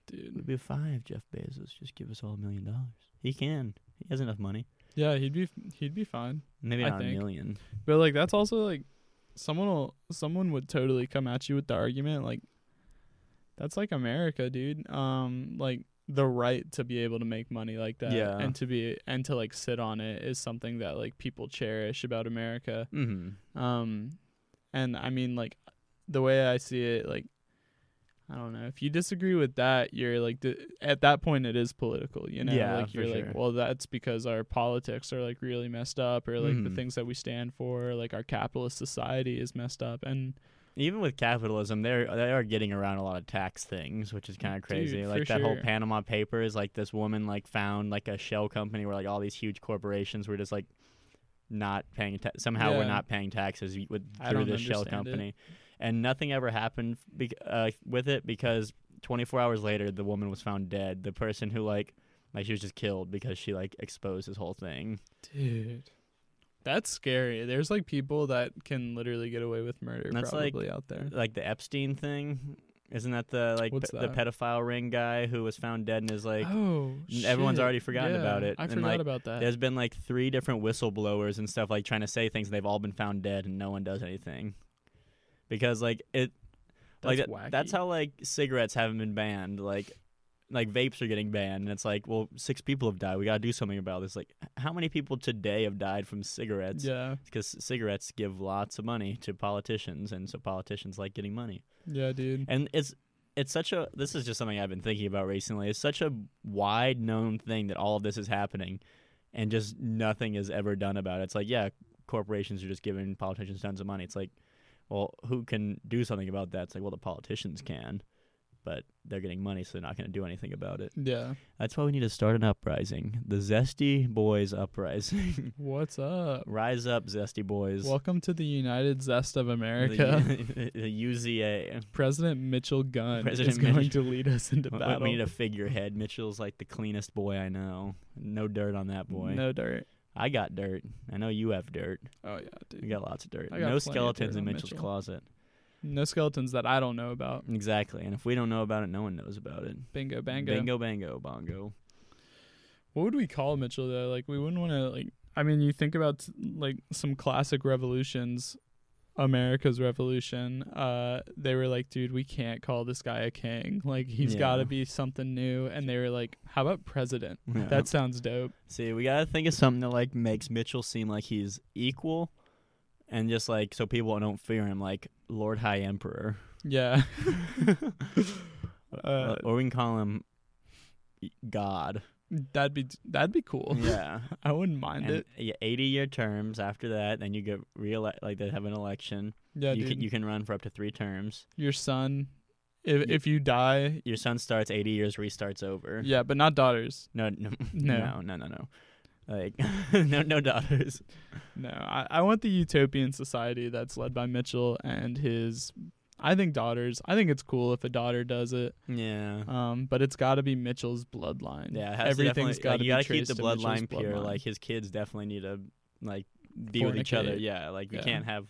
Speaker 2: dude
Speaker 1: We'd be fine if Jeff Bezos just give us all a million dollars. He can. He has enough money.
Speaker 2: yeah he'd be he'd be fine
Speaker 1: Maybe
Speaker 2: I
Speaker 1: not a
Speaker 2: think.
Speaker 1: million.
Speaker 2: But like that's also like someone will someone would totally come at you with the argument like that's like America, dude. Um like the right to be able to make money like that
Speaker 1: Yeah.
Speaker 2: and to be and to like sit on it is something that like people cherish about America.
Speaker 1: Mm-hmm.
Speaker 2: Um and I mean like the way I see it like I don't know. If you disagree with that, you're like di- at that point it is political, you know?
Speaker 1: Yeah,
Speaker 2: like
Speaker 1: for
Speaker 2: you're
Speaker 1: sure.
Speaker 2: like, well that's because our politics are like really messed up or like the
Speaker 1: Mhm.
Speaker 2: things that we stand for, like our capitalist society is messed up and
Speaker 1: even with capitalism, they're they are getting around a lot of tax things, which is kind of crazy.
Speaker 2: Dude,
Speaker 1: like
Speaker 2: for
Speaker 1: that whole
Speaker 2: sure.
Speaker 1: Panama Papers, like this woman like found like a shell company where like all these huge corporations were just like not paying ta- somehow we're
Speaker 2: Yeah.
Speaker 1: not paying taxes y- with
Speaker 2: I
Speaker 1: through
Speaker 2: don't
Speaker 1: this shell
Speaker 2: understand it.
Speaker 1: company, and nothing ever happened bec uh, with it because 24 hours later the woman was found dead. The person who like like she was just killed because she like exposed this whole thing.
Speaker 2: dude that's scary. There's like people that can literally get away with murder
Speaker 1: That's like-
Speaker 2: probably out there.
Speaker 1: Like the Epstein thing, Isn't that the like
Speaker 2: Mm. What's
Speaker 1: pe- the
Speaker 2: that?
Speaker 1: pedophile ring guy who was found dead and is like
Speaker 2: oh,
Speaker 1: n- everyone's
Speaker 2: shit.
Speaker 1: already forgotten
Speaker 2: Yeah,
Speaker 1: about it,
Speaker 2: I
Speaker 1: and,
Speaker 2: forgot
Speaker 1: like,
Speaker 2: about that.
Speaker 1: there's been like three different whistleblowers and stuff like trying to say things and they've all been found dead and no one does anything. Because like it like
Speaker 2: That's
Speaker 1: that- that's
Speaker 2: wacky.
Speaker 1: how like cigarettes haven't been banned. Like like vapes are getting banned and it's like, well, six people have died. We got to do something about this. Like h- how many people today have died from cigarettes?
Speaker 2: Yeah,
Speaker 1: Because cigarettes give lots of money to politicians and so politicians like getting money.
Speaker 2: yeah, dude.
Speaker 1: And it's it's such a this is just something I've been thinking about recently. It's such a wide known thing that all of this is happening and just nothing is ever done about it. It's like, yeah, corporations are just giving politicians tons of money. It's like, well, who can do something about that? It's like, well, the politicians can, but they're getting money so they're not going to do anything about it.
Speaker 2: Yeah,
Speaker 1: That's why we need to start an uprising. The Zesty Boys uprising.
Speaker 2: what's up?
Speaker 1: Rise up, Zesty Boys.
Speaker 2: Welcome to the United Zest of
Speaker 1: The-
Speaker 2: America.
Speaker 1: the UZA.
Speaker 2: President Mitchell Gunn
Speaker 1: President
Speaker 2: is going
Speaker 1: Mitchell-
Speaker 2: to lead us into
Speaker 1: But
Speaker 2: battle.
Speaker 1: We need a figurehead. Mitchell's like the cleanest boy I know. No dirt on that boy.
Speaker 2: No dirt.
Speaker 1: I got dirt. I know you have dirt.
Speaker 2: Oh yeah,
Speaker 1: We
Speaker 2: dude.
Speaker 1: got lots of dirt.
Speaker 2: I got plenty
Speaker 1: no
Speaker 2: of
Speaker 1: skeletons
Speaker 2: dirt
Speaker 1: in
Speaker 2: on
Speaker 1: Mitchell's
Speaker 2: Mitchell.
Speaker 1: closet.
Speaker 2: No skeletons that I don't know about.
Speaker 1: Exactly. And if we don't know about it, no one knows about it.
Speaker 2: Bingo, bango.
Speaker 1: Bingo, bango, bongo.
Speaker 2: What would we call Mitchell though? Like we wouldn't want to like. I mean, you think about like some classic revolutions, America's Revolution. Uh, they were like, dude, we can't call this guy a king. Like he's
Speaker 1: Yeah.
Speaker 2: got to be something new. And they were like, how about president?
Speaker 1: Yeah.
Speaker 2: That sounds dope.
Speaker 1: See, we gotta think of something that like makes Mitchell seem like he's equal, and just like so people don't fear him, like Lord High Emperor,
Speaker 2: Yeah. uh,
Speaker 1: Or- or we can call him God.
Speaker 2: that'd be that'd be cool.
Speaker 1: Yeah.
Speaker 2: I wouldn't mind
Speaker 1: and
Speaker 2: it.
Speaker 1: yeah, 80 year terms after that then you get real like they have an election
Speaker 2: Yeah,
Speaker 1: you
Speaker 2: dude.
Speaker 1: can you can run for up to three terms
Speaker 2: Your son, if
Speaker 1: Ye-
Speaker 2: if you die,
Speaker 1: your son starts 80 years restarts over
Speaker 2: yeah, but not daughters.
Speaker 1: no no no
Speaker 2: No.
Speaker 1: no no, no. like no no daughters
Speaker 2: No, I, I want the utopian society that's led by Mitchell and his, I think, daughters. I think it's cool if a daughter does it,
Speaker 1: yeah
Speaker 2: um, but it's got to be Mitchell's bloodline.
Speaker 1: yeah it has to
Speaker 2: everything's
Speaker 1: definitely-
Speaker 2: got
Speaker 1: like,
Speaker 2: to
Speaker 1: you gotta
Speaker 2: be
Speaker 1: keep the
Speaker 2: traced to Mitchell's
Speaker 1: bloodline pure
Speaker 2: bloodline.
Speaker 1: like his kids definitely need to like be with each other
Speaker 2: Fornicate.
Speaker 1: yeah like we
Speaker 2: Yeah.
Speaker 1: can't have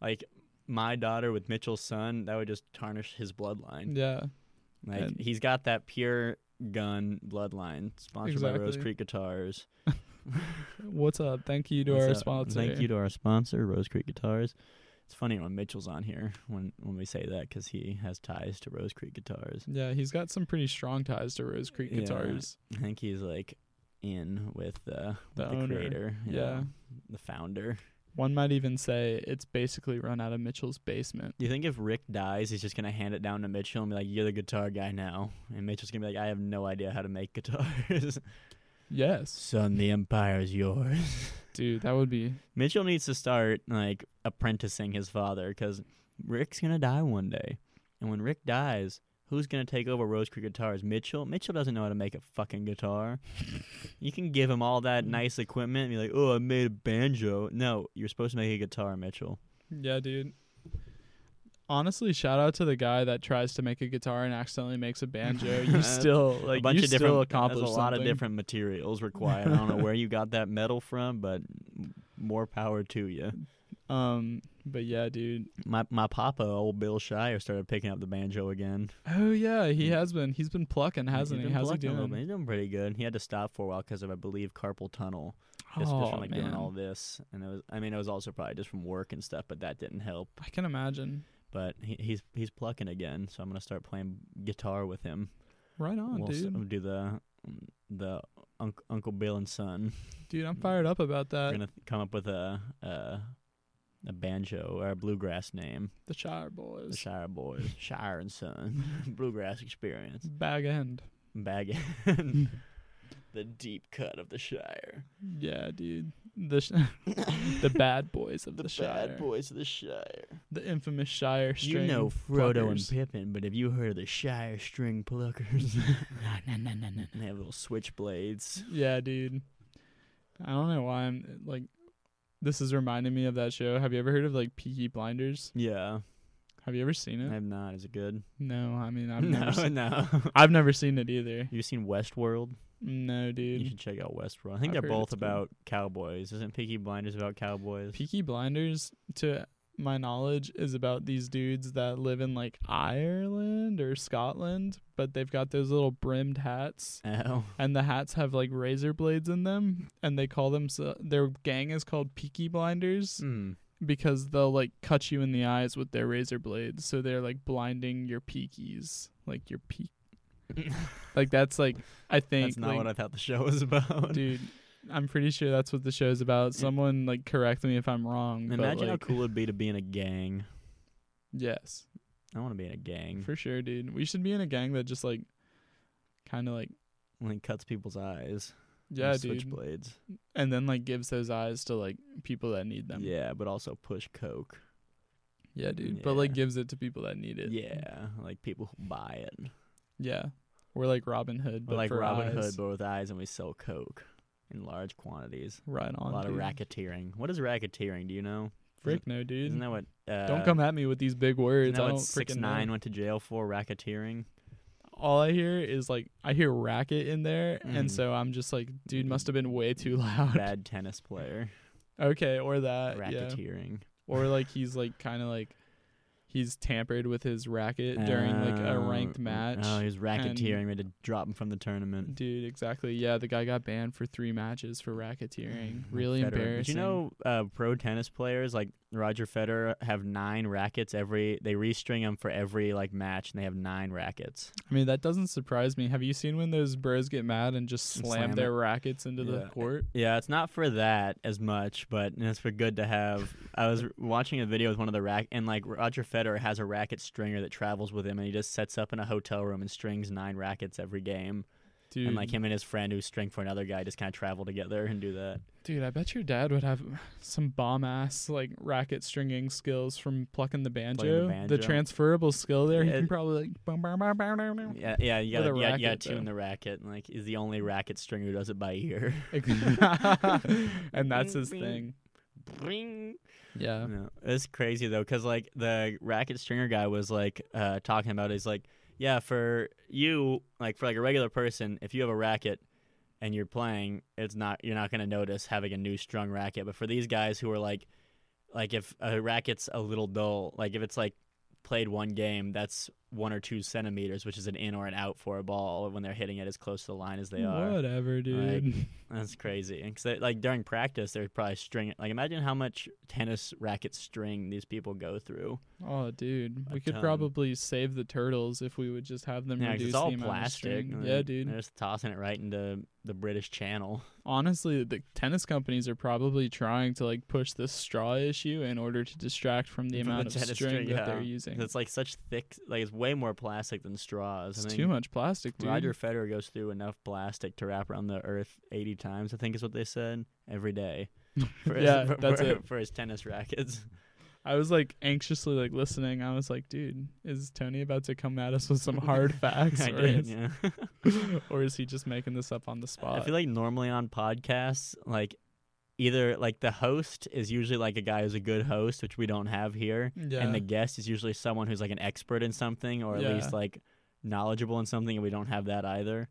Speaker 1: like my daughter with Mitchell's son that would just tarnish his bloodline
Speaker 2: yeah,
Speaker 1: Like
Speaker 2: And-
Speaker 1: he's got that pure gun bloodline sponsored by Rose
Speaker 2: Exactly.
Speaker 1: Creek Guitars.
Speaker 2: what's up? Thank you to
Speaker 1: What's
Speaker 2: our
Speaker 1: up?
Speaker 2: sponsor.
Speaker 1: Thank you to our sponsor, Rose Creek Guitars. It's funny when Mitchell's on here when when we say that because he has ties to Rose Creek Guitars.
Speaker 2: Yeah, he's got some pretty strong ties to Rose Creek
Speaker 1: Yeah.
Speaker 2: Guitars.
Speaker 1: I think he's like in with uh,
Speaker 2: The
Speaker 1: with the
Speaker 2: owner.
Speaker 1: creator, you
Speaker 2: Yeah.
Speaker 1: know, the founder.
Speaker 2: One might even say it's basically run out of Mitchell's basement.
Speaker 1: Do you think if Rick dies, he's just gonna hand it down to Mitchell and be like, "You're the guitar guy now," and Mitchell's gonna be like, "I have no idea how to make guitars,
Speaker 2: Yes,
Speaker 1: son. The empire is yours."
Speaker 2: dude, that would be
Speaker 1: Mitchell needs to start like apprenticing his father because Rick's gonna die one day, and when Rick dies, who's gonna take over Rose Creek Guitars? Mitchell. Mitchell doesn't know how to make a fucking guitar. you can give him all that nice equipment and be like, "Oh, I made a banjo." No, you're supposed to make a guitar, Mitchell.
Speaker 2: Yeah, dude. Honestly, shout out to the guy that tries to make a guitar and accidentally makes a banjo. You
Speaker 1: That's
Speaker 2: still like
Speaker 1: a bunch
Speaker 2: you
Speaker 1: of
Speaker 2: still
Speaker 1: different.
Speaker 2: accomplish
Speaker 1: there's a lot of
Speaker 2: something.
Speaker 1: different materials required. I don't know where you got that metal from, but more power to you.
Speaker 2: Um, but yeah, dude.
Speaker 1: My my papa, old Bill Shire, started picking up the banjo again.
Speaker 2: Oh yeah, he
Speaker 1: Mm.
Speaker 2: has been. He's been plucking, hasn't
Speaker 1: He's
Speaker 2: he?
Speaker 1: been
Speaker 2: How's he
Speaker 1: plucking a little
Speaker 2: doing?
Speaker 1: bit. He's doing pretty good. He had to stop for a while because of, I believe, carpal tunnel. Just,
Speaker 2: oh
Speaker 1: just from like
Speaker 2: man,
Speaker 1: doing all this, and it was. I mean, it was also probably just from work and stuff, but that didn't help.
Speaker 2: I can imagine.
Speaker 1: But he, he's he's plucking again, so I'm gonna start playing guitar with him.
Speaker 2: Right on,
Speaker 1: we'll s- um,
Speaker 2: dude.
Speaker 1: we'll do the the unc- Uncle Bill and Son.
Speaker 2: dude, I'm fired up about
Speaker 1: We're
Speaker 2: that.
Speaker 1: gonna th- come up with a a, a banjo or a bluegrass name.
Speaker 2: the Shire
Speaker 1: The
Speaker 2: Boys.
Speaker 1: Shire Boys, Shire and Son, bluegrass experience.
Speaker 2: Bag end.
Speaker 1: Bag end. the deep cut of the Shire.
Speaker 2: Yeah, dude. The sh- the bad boys of the, Shire.
Speaker 1: boys of the Shire.
Speaker 2: The infamous Shire string.
Speaker 1: you know Frodo
Speaker 2: pluckers.
Speaker 1: and Pippin, but have you heard of the Shire string pluckers?
Speaker 2: Nah, nah, nah, nah, nah.
Speaker 1: and they have little switchblades.
Speaker 2: Yeah, dude. I don't know why I'm like. This is reminding me of that show. Have you ever heard of like Peaky Blinders?
Speaker 1: Yeah,
Speaker 2: Have you ever seen
Speaker 1: I
Speaker 2: it?
Speaker 1: have not. Is it good?
Speaker 2: no, I mean I've
Speaker 1: no,
Speaker 2: never. Seen,
Speaker 1: no.
Speaker 2: I've never seen it either.
Speaker 1: you seen Westworld?
Speaker 2: No,
Speaker 1: You
Speaker 2: dude.
Speaker 1: should check out Westworld. I think
Speaker 2: I've
Speaker 1: they're
Speaker 2: heard
Speaker 1: both
Speaker 2: it's good.
Speaker 1: about cowboys. Isn't Peaky Blinders about cowboys?
Speaker 2: Peaky Blinders to my knowledge is about these dudes that live in like Ireland or Scotland, but they've got those little brimmed hats,
Speaker 1: Oh,
Speaker 2: and the hats have like razor blades in them, and they call them so, their gang is called Peaky Blinders
Speaker 1: Hmm.
Speaker 2: because they'll like cut you in the eyes with their razor blades, so they're like blinding your peakies, like your peak. like that's like I think
Speaker 1: that's not
Speaker 2: like,
Speaker 1: what I thought the show was about.
Speaker 2: dude. I'm pretty sure that's what the show's about. Someone like correct me if I'm wrong. but,
Speaker 1: Imagine
Speaker 2: like,
Speaker 1: how cool it'd be to be in a gang.
Speaker 2: Yes.
Speaker 1: I want to be in a gang.
Speaker 2: For sure, dude. We should be in a gang that just like kind of like
Speaker 1: when it cuts people's eyes. with
Speaker 2: yeah, dude.
Speaker 1: Switchblades.
Speaker 2: And then like gives those eyes to like people that need them.
Speaker 1: Yeah, but also push coke.
Speaker 2: Yeah, dude. But like
Speaker 1: Yeah.
Speaker 2: gives it to people that need it.
Speaker 1: Yeah, like people who buy it.
Speaker 2: Yeah. We're like Robin Hood,
Speaker 1: We're
Speaker 2: but
Speaker 1: like
Speaker 2: for
Speaker 1: Robin
Speaker 2: eyes.
Speaker 1: Hood, but with eyes, and we sell coke in large quantities.
Speaker 2: Right
Speaker 1: A
Speaker 2: on.
Speaker 1: lot of
Speaker 2: dude.
Speaker 1: racketeering. What is racketeering? Do you know?
Speaker 2: Frick no, dude.
Speaker 1: Isn't that what? Uh,
Speaker 2: don't come at me with these big
Speaker 1: Isn't
Speaker 2: words.
Speaker 1: that
Speaker 2: I don't
Speaker 1: what six
Speaker 2: freaking know.
Speaker 1: nine went to jail for racketeering?
Speaker 2: All I hear is like I hear racket in there,
Speaker 1: Mhm.
Speaker 2: and so I'm just like, dude, must have been way too loud.
Speaker 1: Bad tennis player.
Speaker 2: okay, or that. Uh, Yeah.
Speaker 1: racketeering.
Speaker 2: or like he's like kind of like he's tampered with his racket during like a
Speaker 1: Oh,
Speaker 2: ranked match.
Speaker 1: Oh, he was racketeering. We had to drop him from the tournament.
Speaker 2: Dude, exactly. Yeah, the guy got banned for three matches for
Speaker 1: Like
Speaker 2: racketeering. Really
Speaker 1: Mm-hmm. Federer.
Speaker 2: embarrassing.
Speaker 1: Did you know uh, pro tennis players like Roger Federer have nine rackets every? They restring them for every like match, and they have nine rackets.
Speaker 2: I mean, that doesn't surprise me. Have you seen when those bros get mad and just
Speaker 1: And
Speaker 2: slam,
Speaker 1: slam
Speaker 2: their rackets into
Speaker 1: Yeah.
Speaker 2: the court?
Speaker 1: Yeah, it's not for that as much, but it's for good to have. I was watching a video with one of the rack, and like Roger Federer has a racket stringer that travels with him, and he just sets up in a hotel room and strings nine rackets every game.
Speaker 2: Dude,
Speaker 1: And like him and his friend who's string for another guy just kind of travel together and do that.
Speaker 2: dude, I bet your dad would have some bomb ass like racket stringing skills from plucking the banjo.
Speaker 1: banjo.
Speaker 2: transferable skill there,
Speaker 1: Yeah.
Speaker 2: he can probably like. Bum, bum, bum, bum, bum, bum.
Speaker 1: Yeah, yeah, you
Speaker 2: With
Speaker 1: got
Speaker 2: a
Speaker 1: yeah, you got
Speaker 2: racket,
Speaker 1: two in
Speaker 2: though.
Speaker 1: the racket. And, like, is the only racket stringer who does it by ear.
Speaker 2: and that's his
Speaker 1: Bing,
Speaker 2: thing.
Speaker 1: Bling.
Speaker 2: Yeah.
Speaker 1: No, it's crazy though, because like the racket stringer guy was like uh, talking about is like, yeah, for you, like for like a regular person, if you have a racket and you're playing, it's not you're not gonna notice having a new strung racket. But for these guys who are like, like if a racket's a little dull, like if it's like played one game, that's one or two centimeters, which is an in or an out for a ball when they're hitting it as close to the line as they are.
Speaker 2: Whatever, dude.
Speaker 1: That's crazy. Because like during practice, they're probably string. Like imagine how much tennis racket string these people go through.
Speaker 2: oh, dude.
Speaker 1: A
Speaker 2: We could
Speaker 1: ton.
Speaker 2: probably save the turtles if we would just have them
Speaker 1: Yeah, 'cause
Speaker 2: reduce
Speaker 1: it's all
Speaker 2: the amount of
Speaker 1: plastic.
Speaker 2: string.
Speaker 1: and
Speaker 2: Yeah,
Speaker 1: they're-
Speaker 2: dude.
Speaker 1: They're just tossing it right into the British Channel.
Speaker 2: Honestly, the tennis companies are probably trying to like push this straw issue in order to distract from the
Speaker 1: From the
Speaker 2: amount of
Speaker 1: tennis
Speaker 2: string,
Speaker 1: string,
Speaker 2: that
Speaker 1: yeah.
Speaker 2: they're using.
Speaker 1: It's like such thick. Like it's way more plastic than straws.
Speaker 2: It's
Speaker 1: I
Speaker 2: too
Speaker 1: think
Speaker 2: much plastic, dude.
Speaker 1: Roger Federer goes through enough plastic to wrap around the earth eighty times. I think is what they said every day. For
Speaker 2: Yeah,
Speaker 1: his, for,
Speaker 2: that's
Speaker 1: for-
Speaker 2: it.
Speaker 1: for his tennis rackets.
Speaker 2: I was like anxiously like listening. I was like, dude, is Tony about to come at us with some hard facts,
Speaker 1: I
Speaker 2: or,
Speaker 1: did,
Speaker 2: is,
Speaker 1: yeah.
Speaker 2: or is he just making this up on the spot?
Speaker 1: I feel like normally on podcasts, like either like the host is usually like a guy who's a good host, which we don't have here,
Speaker 2: yeah.
Speaker 1: and the guest is usually someone who's like an expert in something or at
Speaker 2: Yeah.
Speaker 1: least like knowledgeable in something, and we don't have that either.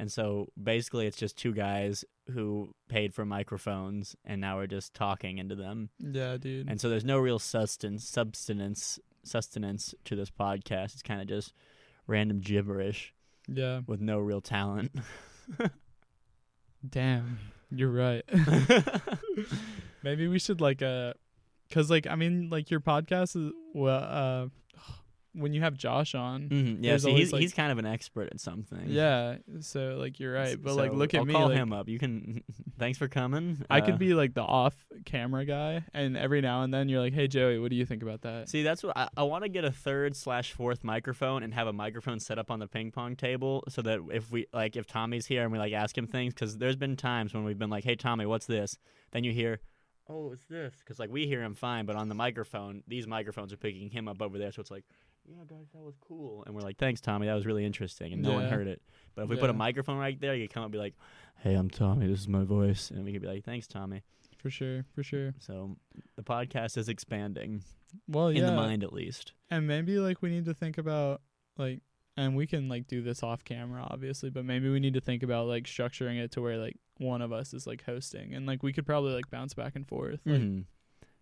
Speaker 1: And so basically, it's just two guys who paid for microphones, and now we're just talking into them.
Speaker 2: yeah, dude.
Speaker 1: And so there's no real substance, substance, sustenance to this podcast. It's kind of just random gibberish
Speaker 2: yeah.
Speaker 1: with no real talent.
Speaker 2: Damn, you're right. Maybe we should like uh, cause like I mean like your podcast is well uh, when you have Josh on.
Speaker 1: Mhm, Yeah,
Speaker 2: There's
Speaker 1: see,
Speaker 2: always,
Speaker 1: he's
Speaker 2: like-
Speaker 1: he's kind of an expert at something.
Speaker 2: Yeah, so like you're right, but like
Speaker 1: So
Speaker 2: look at
Speaker 1: I'll
Speaker 2: me.
Speaker 1: Call
Speaker 2: like,
Speaker 1: him up. You can. Thanks for coming.
Speaker 2: I could
Speaker 1: Uh,
Speaker 2: be like the off-camera guy, and every now and then you're like, "Hey Joey, what do you think about that?"
Speaker 1: See, that's what I, I want to get a third slash fourth microphone and have a microphone set up on the ping pong table so that if we like if Tommy's here and we like ask him things because there's been times when we've been like, hey Tommy, what's this? Then you hear, oh, it's this because like we hear him fine, but on the microphone, these microphones are picking him up over there, so it's like, yeah, guys, that was cool, and we're like, thanks Tommy, that was really interesting, and no one
Speaker 2: Yeah.
Speaker 1: heard it. But if we put a
Speaker 2: Yeah.
Speaker 1: microphone right there, you could come up and be like, hey, I'm Tommy, this is my voice, and we could be like, thanks Tommy.
Speaker 2: For sure, for sure.
Speaker 1: So the podcast is expanding
Speaker 2: Well, yeah,
Speaker 1: in the mind at least.
Speaker 2: and maybe like we need to think about like, and we can like do this off-camera, obviously, but maybe we need to think about like structuring it to where like one of us is like hosting, and like we could probably like bounce back and forth. Like,
Speaker 1: Mhm.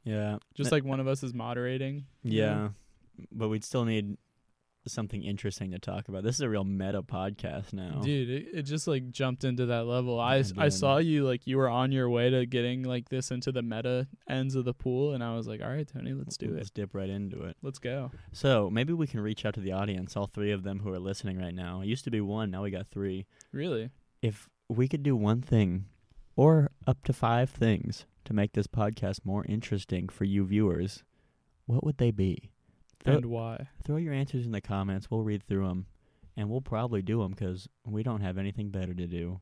Speaker 1: Yeah.
Speaker 2: Just like one of us is moderating. you know?
Speaker 1: Yeah. But we'd still need something interesting to talk about. This is a real meta podcast now.
Speaker 2: Dude, it, it just like jumped into that level. I,
Speaker 1: Yeah,
Speaker 2: s- I
Speaker 1: dude.
Speaker 2: saw you like you were on your way to getting like this into the meta ends of the pool, and I was like, all right, Tony, let's do it.
Speaker 1: Let's dip right into it.
Speaker 2: Let's go.
Speaker 1: So maybe we can reach out to the audience, all three of them who are listening right now. It used to be one, now we got three.
Speaker 2: Really?
Speaker 1: If we could do one thing or up to five things to make this podcast more interesting for you viewers, what would they be? Throw,
Speaker 2: And why?
Speaker 1: throw your answers in the comments. We'll read through them and we'll probably do them because we don't have anything better to do.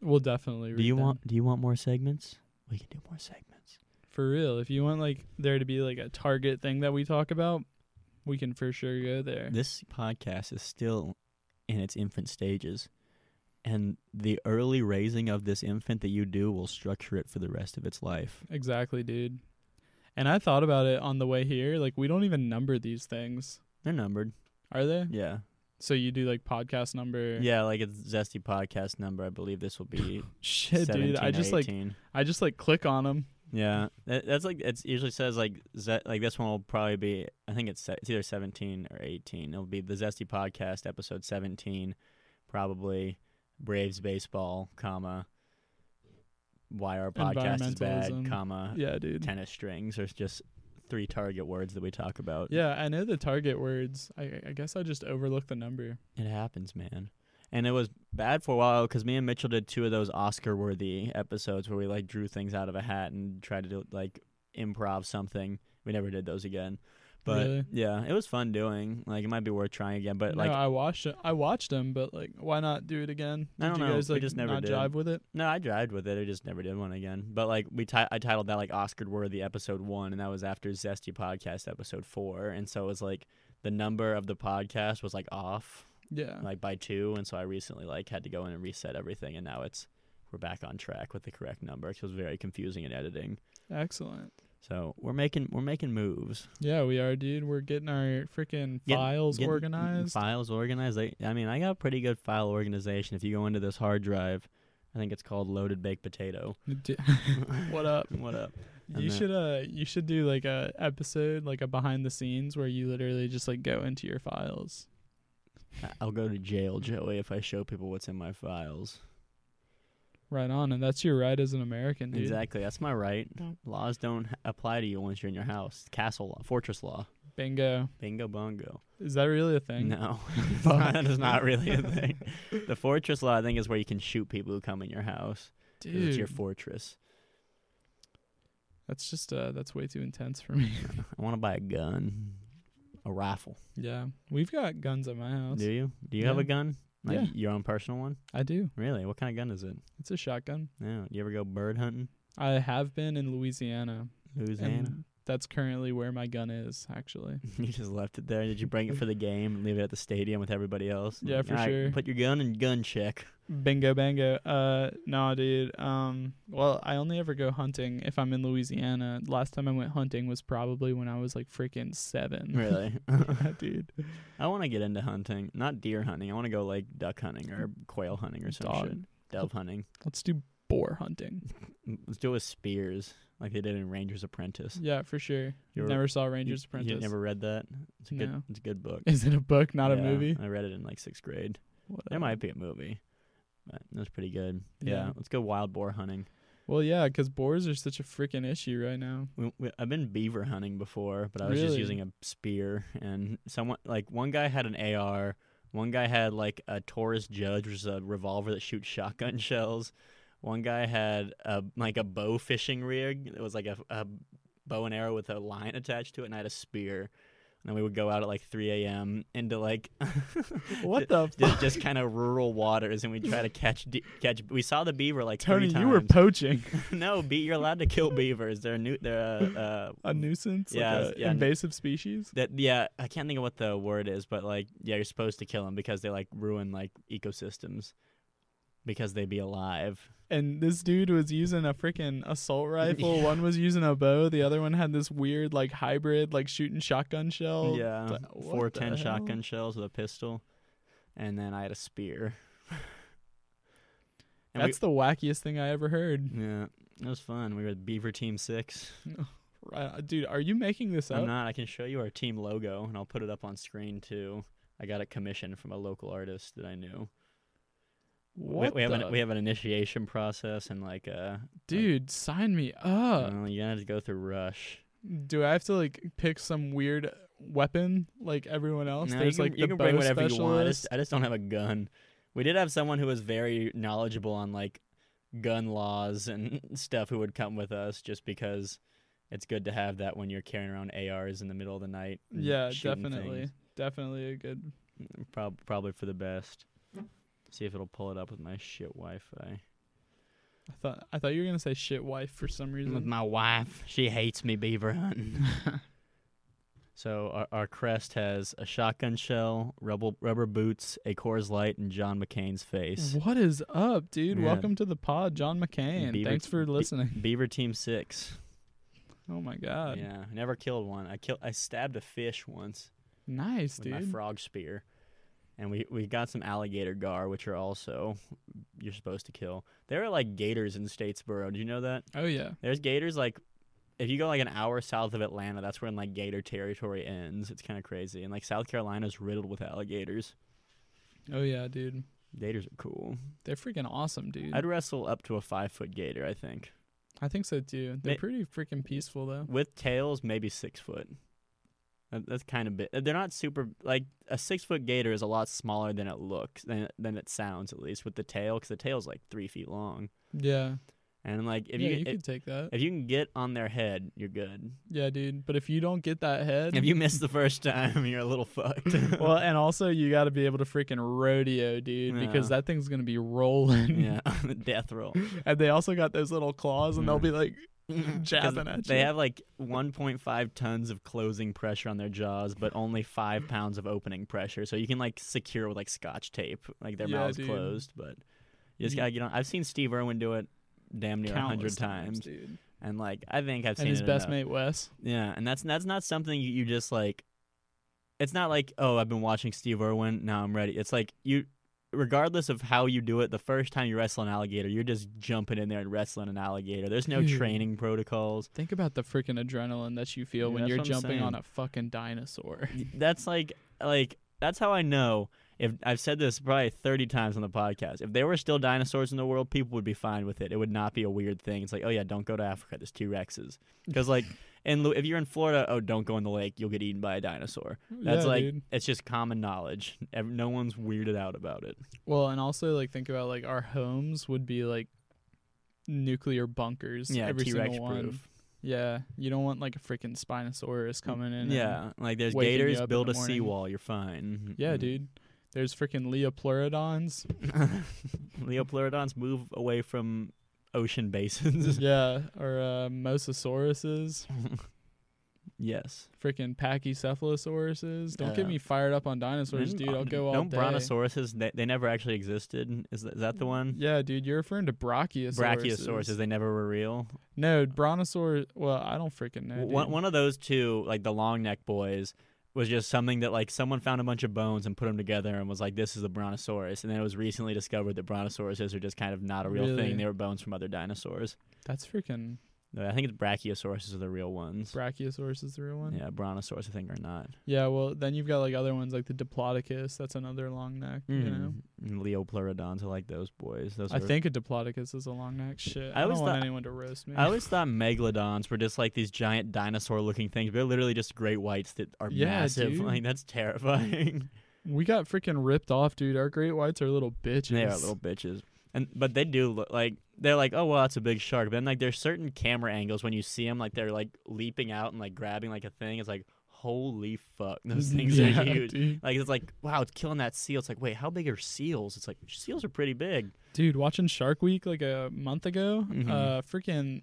Speaker 2: We'll definitely.
Speaker 1: Do
Speaker 2: read
Speaker 1: you
Speaker 2: them.
Speaker 1: want do you want more segments? We can do more segments.
Speaker 2: for real? If you want like there to be like a target thing that we talk about, we can for sure go there.
Speaker 1: This podcast is still in its infant stages. And the early raising of this infant that you do will structure it for the rest of its life.
Speaker 2: Exactly, dude. And I thought about it on the way here. Like we don't even number these things,
Speaker 1: They're numbered.
Speaker 2: are they?
Speaker 1: Yeah.
Speaker 2: So you do like podcast number.
Speaker 1: Yeah, like it's zesty podcast number. I believe this will be
Speaker 2: Shit,
Speaker 1: 17
Speaker 2: dude. I just like
Speaker 1: like
Speaker 2: I just like click on them.
Speaker 1: Yeah, that, that's like it usually says like ze- like this one will probably be I think it's se- it's either seventeen or eighteen. It'll be the Zesty Podcast episode seventeen, probably Braves baseball, comma why our podcast is bad,
Speaker 2: Environmentalism.
Speaker 1: comma
Speaker 2: Yeah, dude.
Speaker 1: tennis strings. There's just three target words that we talk about.
Speaker 2: Yeah, I know the target words. I, I guess I just overlooked the number.
Speaker 1: It happens, man. And it was bad for a while because me and Mitchell did two of those Oscar-worthy episodes where we like drew things out of a hat and tried to do, like improv something. We never did those again, but
Speaker 2: Really?
Speaker 1: yeah, it was fun doing. Like it might be worth trying again, but
Speaker 2: no,
Speaker 1: like
Speaker 2: I watched it. I watched them, but like, why not do it again?
Speaker 1: I don't
Speaker 2: Did you
Speaker 1: know.
Speaker 2: guys
Speaker 1: We
Speaker 2: like
Speaker 1: just never
Speaker 2: not
Speaker 1: did.
Speaker 2: jive with it?
Speaker 1: no, I jived with it. I just never did one again. But like we, ti- I titled that like Oscar-worthy episode one, and that was after Zesty Podcast episode four, and so it was like the number of the podcast was like off
Speaker 2: Yeah.
Speaker 1: like by two, and so I recently like had to go in and reset everything, and now it's we're back on track with the correct number. 'cause It was very confusing in editing,
Speaker 2: Excellent.
Speaker 1: so we're making we're making moves.
Speaker 2: Yeah, we are, dude. We're getting our freaking
Speaker 1: Getting-
Speaker 2: files
Speaker 1: Getting
Speaker 2: organized.
Speaker 1: files organized. I, I mean, I got pretty good file organization. If you go into this hard drive, I think it's called Loaded Baked Potato.
Speaker 2: D- what up?
Speaker 1: What up? And
Speaker 2: you
Speaker 1: that-
Speaker 2: should uh you should do like a episode like a behind the scenes where you literally just like go into your files.
Speaker 1: I- I'll go to jail, Joey, if I show people what's in my files.
Speaker 2: Right on, and that's your right as an American, dude.
Speaker 1: Exactly, that's my right. Laws don't h- apply to you once you're in your house. Castle law, fortress law.
Speaker 2: Bingo.
Speaker 1: Bingo bongo.
Speaker 2: Is that really a thing?
Speaker 1: No,
Speaker 2: Fuck.
Speaker 1: that is not really a thing. The fortress law, I think, is where you can shoot people who come in your house. 'cause
Speaker 2: Dude,
Speaker 1: It's your fortress.
Speaker 2: that's just uh that's way too intense for me.
Speaker 1: I want to buy a gun, a rifle.
Speaker 2: yeah, we've got guns at my house.
Speaker 1: Do you? Do you have
Speaker 2: Yeah.
Speaker 1: a gun? Like
Speaker 2: Yeah.
Speaker 1: your own personal one?
Speaker 2: I do.
Speaker 1: Really? What kind of gun is it?
Speaker 2: It's a shotgun.
Speaker 1: No. You ever go bird hunting?
Speaker 2: I have been in Louisiana. and
Speaker 1: Louisiana?
Speaker 2: That's currently where my gun is, actually.
Speaker 1: you just left it there. Did you bring it for the game and leave it at the stadium with everybody else?
Speaker 2: Yeah, for
Speaker 1: All right,
Speaker 2: sure.
Speaker 1: Put your gun in gun check.
Speaker 2: Bingo, bango. Uh, nah, dude. Um, well, I only ever go hunting if I'm in Louisiana. Last time I went hunting was probably when I was like freaking seven.
Speaker 1: Really?
Speaker 2: Yeah, dude.
Speaker 1: I want to get into hunting. Not deer hunting. I want to go like duck hunting or quail hunting or some
Speaker 2: Dog.
Speaker 1: shit. Dove hunting.
Speaker 2: Let's do boar hunting.
Speaker 1: Mm, Let's do it with spears, like they did in Ranger's Apprentice.
Speaker 2: Yeah, for sure.
Speaker 1: You ever-
Speaker 2: never saw
Speaker 1: You-
Speaker 2: Mm, Ranger's
Speaker 1: you
Speaker 2: Apprentice.
Speaker 1: never read that? It's a good.
Speaker 2: No.
Speaker 1: It's a good book.
Speaker 2: Is it a book, not a
Speaker 1: Yeah,
Speaker 2: movie?
Speaker 1: I read it in like sixth grade.
Speaker 2: What
Speaker 1: It might be a movie, but it was pretty good. Yeah,
Speaker 2: Yeah.
Speaker 1: let's go wild boar hunting.
Speaker 2: Well, yeah, 'cause boars are such a freaking issue right now.
Speaker 1: We, we, I've been beaver hunting before, but I was just
Speaker 2: Really?
Speaker 1: using a spear. And someone, like one guy, had an AR. One guy had like a Taurus Judge, which is a revolver that shoots shotgun shells. One guy had a like a bow fishing rig. It was like a, a bow and arrow with a line attached to it, and I had a spear. And then we would go out at like 3 a.m. into like
Speaker 2: What the
Speaker 1: just, just kind of rural waters, and we try to catch de- catch. We saw the beaver like
Speaker 2: Tony,
Speaker 1: three times.
Speaker 2: you were poaching.
Speaker 1: no, be you're allowed to kill beavers. They're new. They're uh, uh,
Speaker 2: a nuisance?
Speaker 1: Yeah,
Speaker 2: like a
Speaker 1: yeah, n-
Speaker 2: invasive species?
Speaker 1: that yeah. I can't think of what the word is, but like yeah, you're supposed to kill them because they like ruin like ecosystems because they be alive.
Speaker 2: And this dude was using a freaking assault rifle.
Speaker 1: Yeah.
Speaker 2: One was using a bow. The other one had this weird, like, hybrid, like, shooting shotgun shell.
Speaker 1: yeah,
Speaker 2: what Oh, the
Speaker 1: four ten
Speaker 2: hell?
Speaker 1: shotgun shells with a pistol, and then I had a spear. and we-
Speaker 2: That's the wackiest thing I ever heard.
Speaker 1: Mm. Yeah, it was fun. We were at Beaver Team Six.
Speaker 2: uh, dude, are you making this up?
Speaker 1: I'm not. I can show you our team logo, and I'll put it up on screen too. I got a commission from a local artist that I knew. We-
Speaker 2: what
Speaker 1: we have
Speaker 2: the-
Speaker 1: an we have an initiation process and like uh, a
Speaker 2: dude, sign me up.
Speaker 1: you, know, you have to go through rush.
Speaker 2: Do I have to like pick some weird weapon like everyone else?
Speaker 1: No, you
Speaker 2: There's
Speaker 1: can,
Speaker 2: like the
Speaker 1: you can bring
Speaker 2: bow
Speaker 1: whatever you want. I
Speaker 2: specialist.
Speaker 1: just, I just don't have a gun. We did have someone who was very knowledgeable on like gun laws and stuff who would come with us just because it's good to have that when you're carrying around ARs in the middle of the night. and
Speaker 2: Yeah,
Speaker 1: shooting
Speaker 2: definitely,
Speaker 1: things.
Speaker 2: definitely a good.
Speaker 1: Prob- probably for the best. See if it'll pull it up with my shit Wi-Fi.
Speaker 2: I thought I thought you were gonna say shit wife for some
Speaker 1: With
Speaker 2: reason.
Speaker 1: my wife, she hates me beaver hunting. so our, our crest has a shotgun shell, rubber rubber boots, a Coors Light, and John McCain's face.
Speaker 2: What is up, dude?
Speaker 1: Yeah.
Speaker 2: Welcome to the pod, John McCain.
Speaker 1: Beaver-
Speaker 2: Thanks for
Speaker 1: be-
Speaker 2: listening.
Speaker 1: Beaver Team Six.
Speaker 2: Oh my god,
Speaker 1: Yeah, I never killed one. I killed. I stabbed a fish once
Speaker 2: nice,
Speaker 1: with my
Speaker 2: dude.
Speaker 1: frog spear, and we we got some alligator gar, which are also you're supposed to kill. There are like gators in Statesboro. Do you know that?
Speaker 2: oh yeah,
Speaker 1: There's gators like. If you go like an hour south of Atlanta, that's when like gator territory ends. It's kind of crazy. And like South Carolina's riddled with alligators.
Speaker 2: oh yeah, dude.
Speaker 1: Gators are cool.
Speaker 2: They're freaking awesome, dude.
Speaker 1: I'd wrestle up to a five foot gator, I think.
Speaker 2: I think so too. They're
Speaker 1: Ma-
Speaker 2: pretty freaking peaceful though.
Speaker 1: With tails, maybe six foot. That- That's kind of big. They're not super like a six foot gator is a lot smaller than it looks than than it sounds at least with the tail because the tail's like three feet long.
Speaker 2: Yeah.
Speaker 1: And like if
Speaker 2: yeah,
Speaker 1: you,
Speaker 2: you
Speaker 1: if,
Speaker 2: could take that.
Speaker 1: if you can get on their head, you're good.
Speaker 2: Yeah, dude. But if you don't get that head,
Speaker 1: If you miss the first time, you're a little fucked.
Speaker 2: well, and also you got to be able to freaking rodeo, dude, because
Speaker 1: Yeah.
Speaker 2: that thing's gonna be rolling.
Speaker 1: yeah, death roll.
Speaker 2: and they also got those little claws, and they'll
Speaker 1: Mhm.
Speaker 2: be like,
Speaker 1: 'Cause
Speaker 2: Jabbing at
Speaker 1: They
Speaker 2: you.
Speaker 1: have like 1.5 tons of closing pressure on their jaws, but only five pounds of opening pressure. So you can like secure with like scotch tape, like their
Speaker 2: Yeah,
Speaker 1: mouths
Speaker 2: dude.
Speaker 1: closed. But you just
Speaker 2: You-
Speaker 1: gotta get on. I've seen Steve Irwin do it damn near a hundred
Speaker 2: countless
Speaker 1: times,
Speaker 2: dude.
Speaker 1: and like I think I've seen
Speaker 2: And his
Speaker 1: it
Speaker 2: best
Speaker 1: enough.
Speaker 2: mate Wes.
Speaker 1: Yeah, and that's that's not something you, you just like. It's not like oh I've been watching Steve Irwin now I'm ready. It's like you, regardless of how you do it, the first time you wrestle an alligator, you're just jumping in there and wrestling an alligator. There's no
Speaker 2: Dude.
Speaker 1: training protocols.
Speaker 2: Think about the freaking adrenaline that you feel
Speaker 1: Yeah,
Speaker 2: when
Speaker 1: that's
Speaker 2: you're
Speaker 1: what I'm
Speaker 2: jumping on
Speaker 1: saying.
Speaker 2: a fucking dinosaur.
Speaker 1: That's like like that's how I know. If I've said this probably 30 times on the podcast, if there were still dinosaurs in the world, people would be fine with it. It would not be a weird thing. It's like, oh yeah, don't go to Africa. There's T Rexes. Because like, in Lu- if you're in Florida, oh don't go in the lake. You'll get eaten by a dinosaur. That's
Speaker 2: Yeah,
Speaker 1: like
Speaker 2: dude.
Speaker 1: it's just common knowledge. Ev- No one's weirded out about it.
Speaker 2: Well, and also like think about like our homes would be like nuclear bunkers.
Speaker 1: Yeah,
Speaker 2: every
Speaker 1: T Rex
Speaker 2: single one.
Speaker 1: proof. Mm,
Speaker 2: Yeah, you don't want like a freaking spinosaurus coming in. and-
Speaker 1: Yeah, like there's
Speaker 2: waking you
Speaker 1: gators.
Speaker 2: up in
Speaker 1: Build
Speaker 2: the
Speaker 1: a
Speaker 2: morning.
Speaker 1: seawall. You're fine.
Speaker 2: yeah,
Speaker 1: Mm.
Speaker 2: dude. There's freaking Leopleurodons.
Speaker 1: Leopleurodons move away from ocean basins.
Speaker 2: yeah, or uh, Mosasauruses,
Speaker 1: yes.
Speaker 2: freaking Pachycephalosauruses. Don't get
Speaker 1: Yeah.
Speaker 2: me fired up on dinosaurs,
Speaker 1: Didn't-
Speaker 2: dude. I'll go all
Speaker 1: uh, Don't
Speaker 2: day. Mm,
Speaker 1: brontosauruses? They, they never actually existed. Is that, is that the one?
Speaker 2: Yeah, dude, you're referring to brachiosauruses.
Speaker 1: Brachiosauruses. They never were real.
Speaker 2: No, brontosaur. Well, I don't freaking know.
Speaker 1: one
Speaker 2: dude.
Speaker 1: one of those two, like the long neck boys, was just something that like someone found a bunch of bones and put them together and was like, "This is a brontosaurus." And then it was recently discovered that brontosauruses are just kind of not a real
Speaker 2: Really?
Speaker 1: thing; they were bones from other dinosaurs.
Speaker 2: That's freaking
Speaker 1: No, I think it's brachiosauruses are the real ones.
Speaker 2: brachiosaurus is the real one. Yeah.
Speaker 1: yeah, brontosaurus I think are not.
Speaker 2: Well, then you've got like other ones like the Diplodocus. That's another long neck. You
Speaker 1: Mm.
Speaker 2: know.
Speaker 1: And Leopleurodons, I like those boys. Those
Speaker 2: Hmm. I
Speaker 1: are-
Speaker 2: think a Diplodocus is a long neck. Shit.
Speaker 1: I
Speaker 2: I, don't
Speaker 1: always
Speaker 2: want
Speaker 1: thought-
Speaker 2: anyone to roast me.
Speaker 1: I always thought megalodons were just like these giant dinosaur-looking things, but they're literally just great whites that are
Speaker 2: Yeah,
Speaker 1: massive.
Speaker 2: dude.
Speaker 1: Like that's terrifying.
Speaker 2: we got freaking ripped off, dude. Our great whites are little bitches.
Speaker 1: They are little bitches. And but they do look like they're like, oh well, that's a big shark. But then like there's certain camera angles when you see them, like they're like leaping out and like grabbing like a thing. It's like holy fuck, those things
Speaker 2: Yeah,
Speaker 1: are huge.
Speaker 2: Dude.
Speaker 1: Like it's like wow, it's killing that seal. It's like wait, how big are seals? It's like seals are pretty big.
Speaker 2: Dude, watching Shark Week like a month ago,
Speaker 1: Mhm.
Speaker 2: uh, freaking.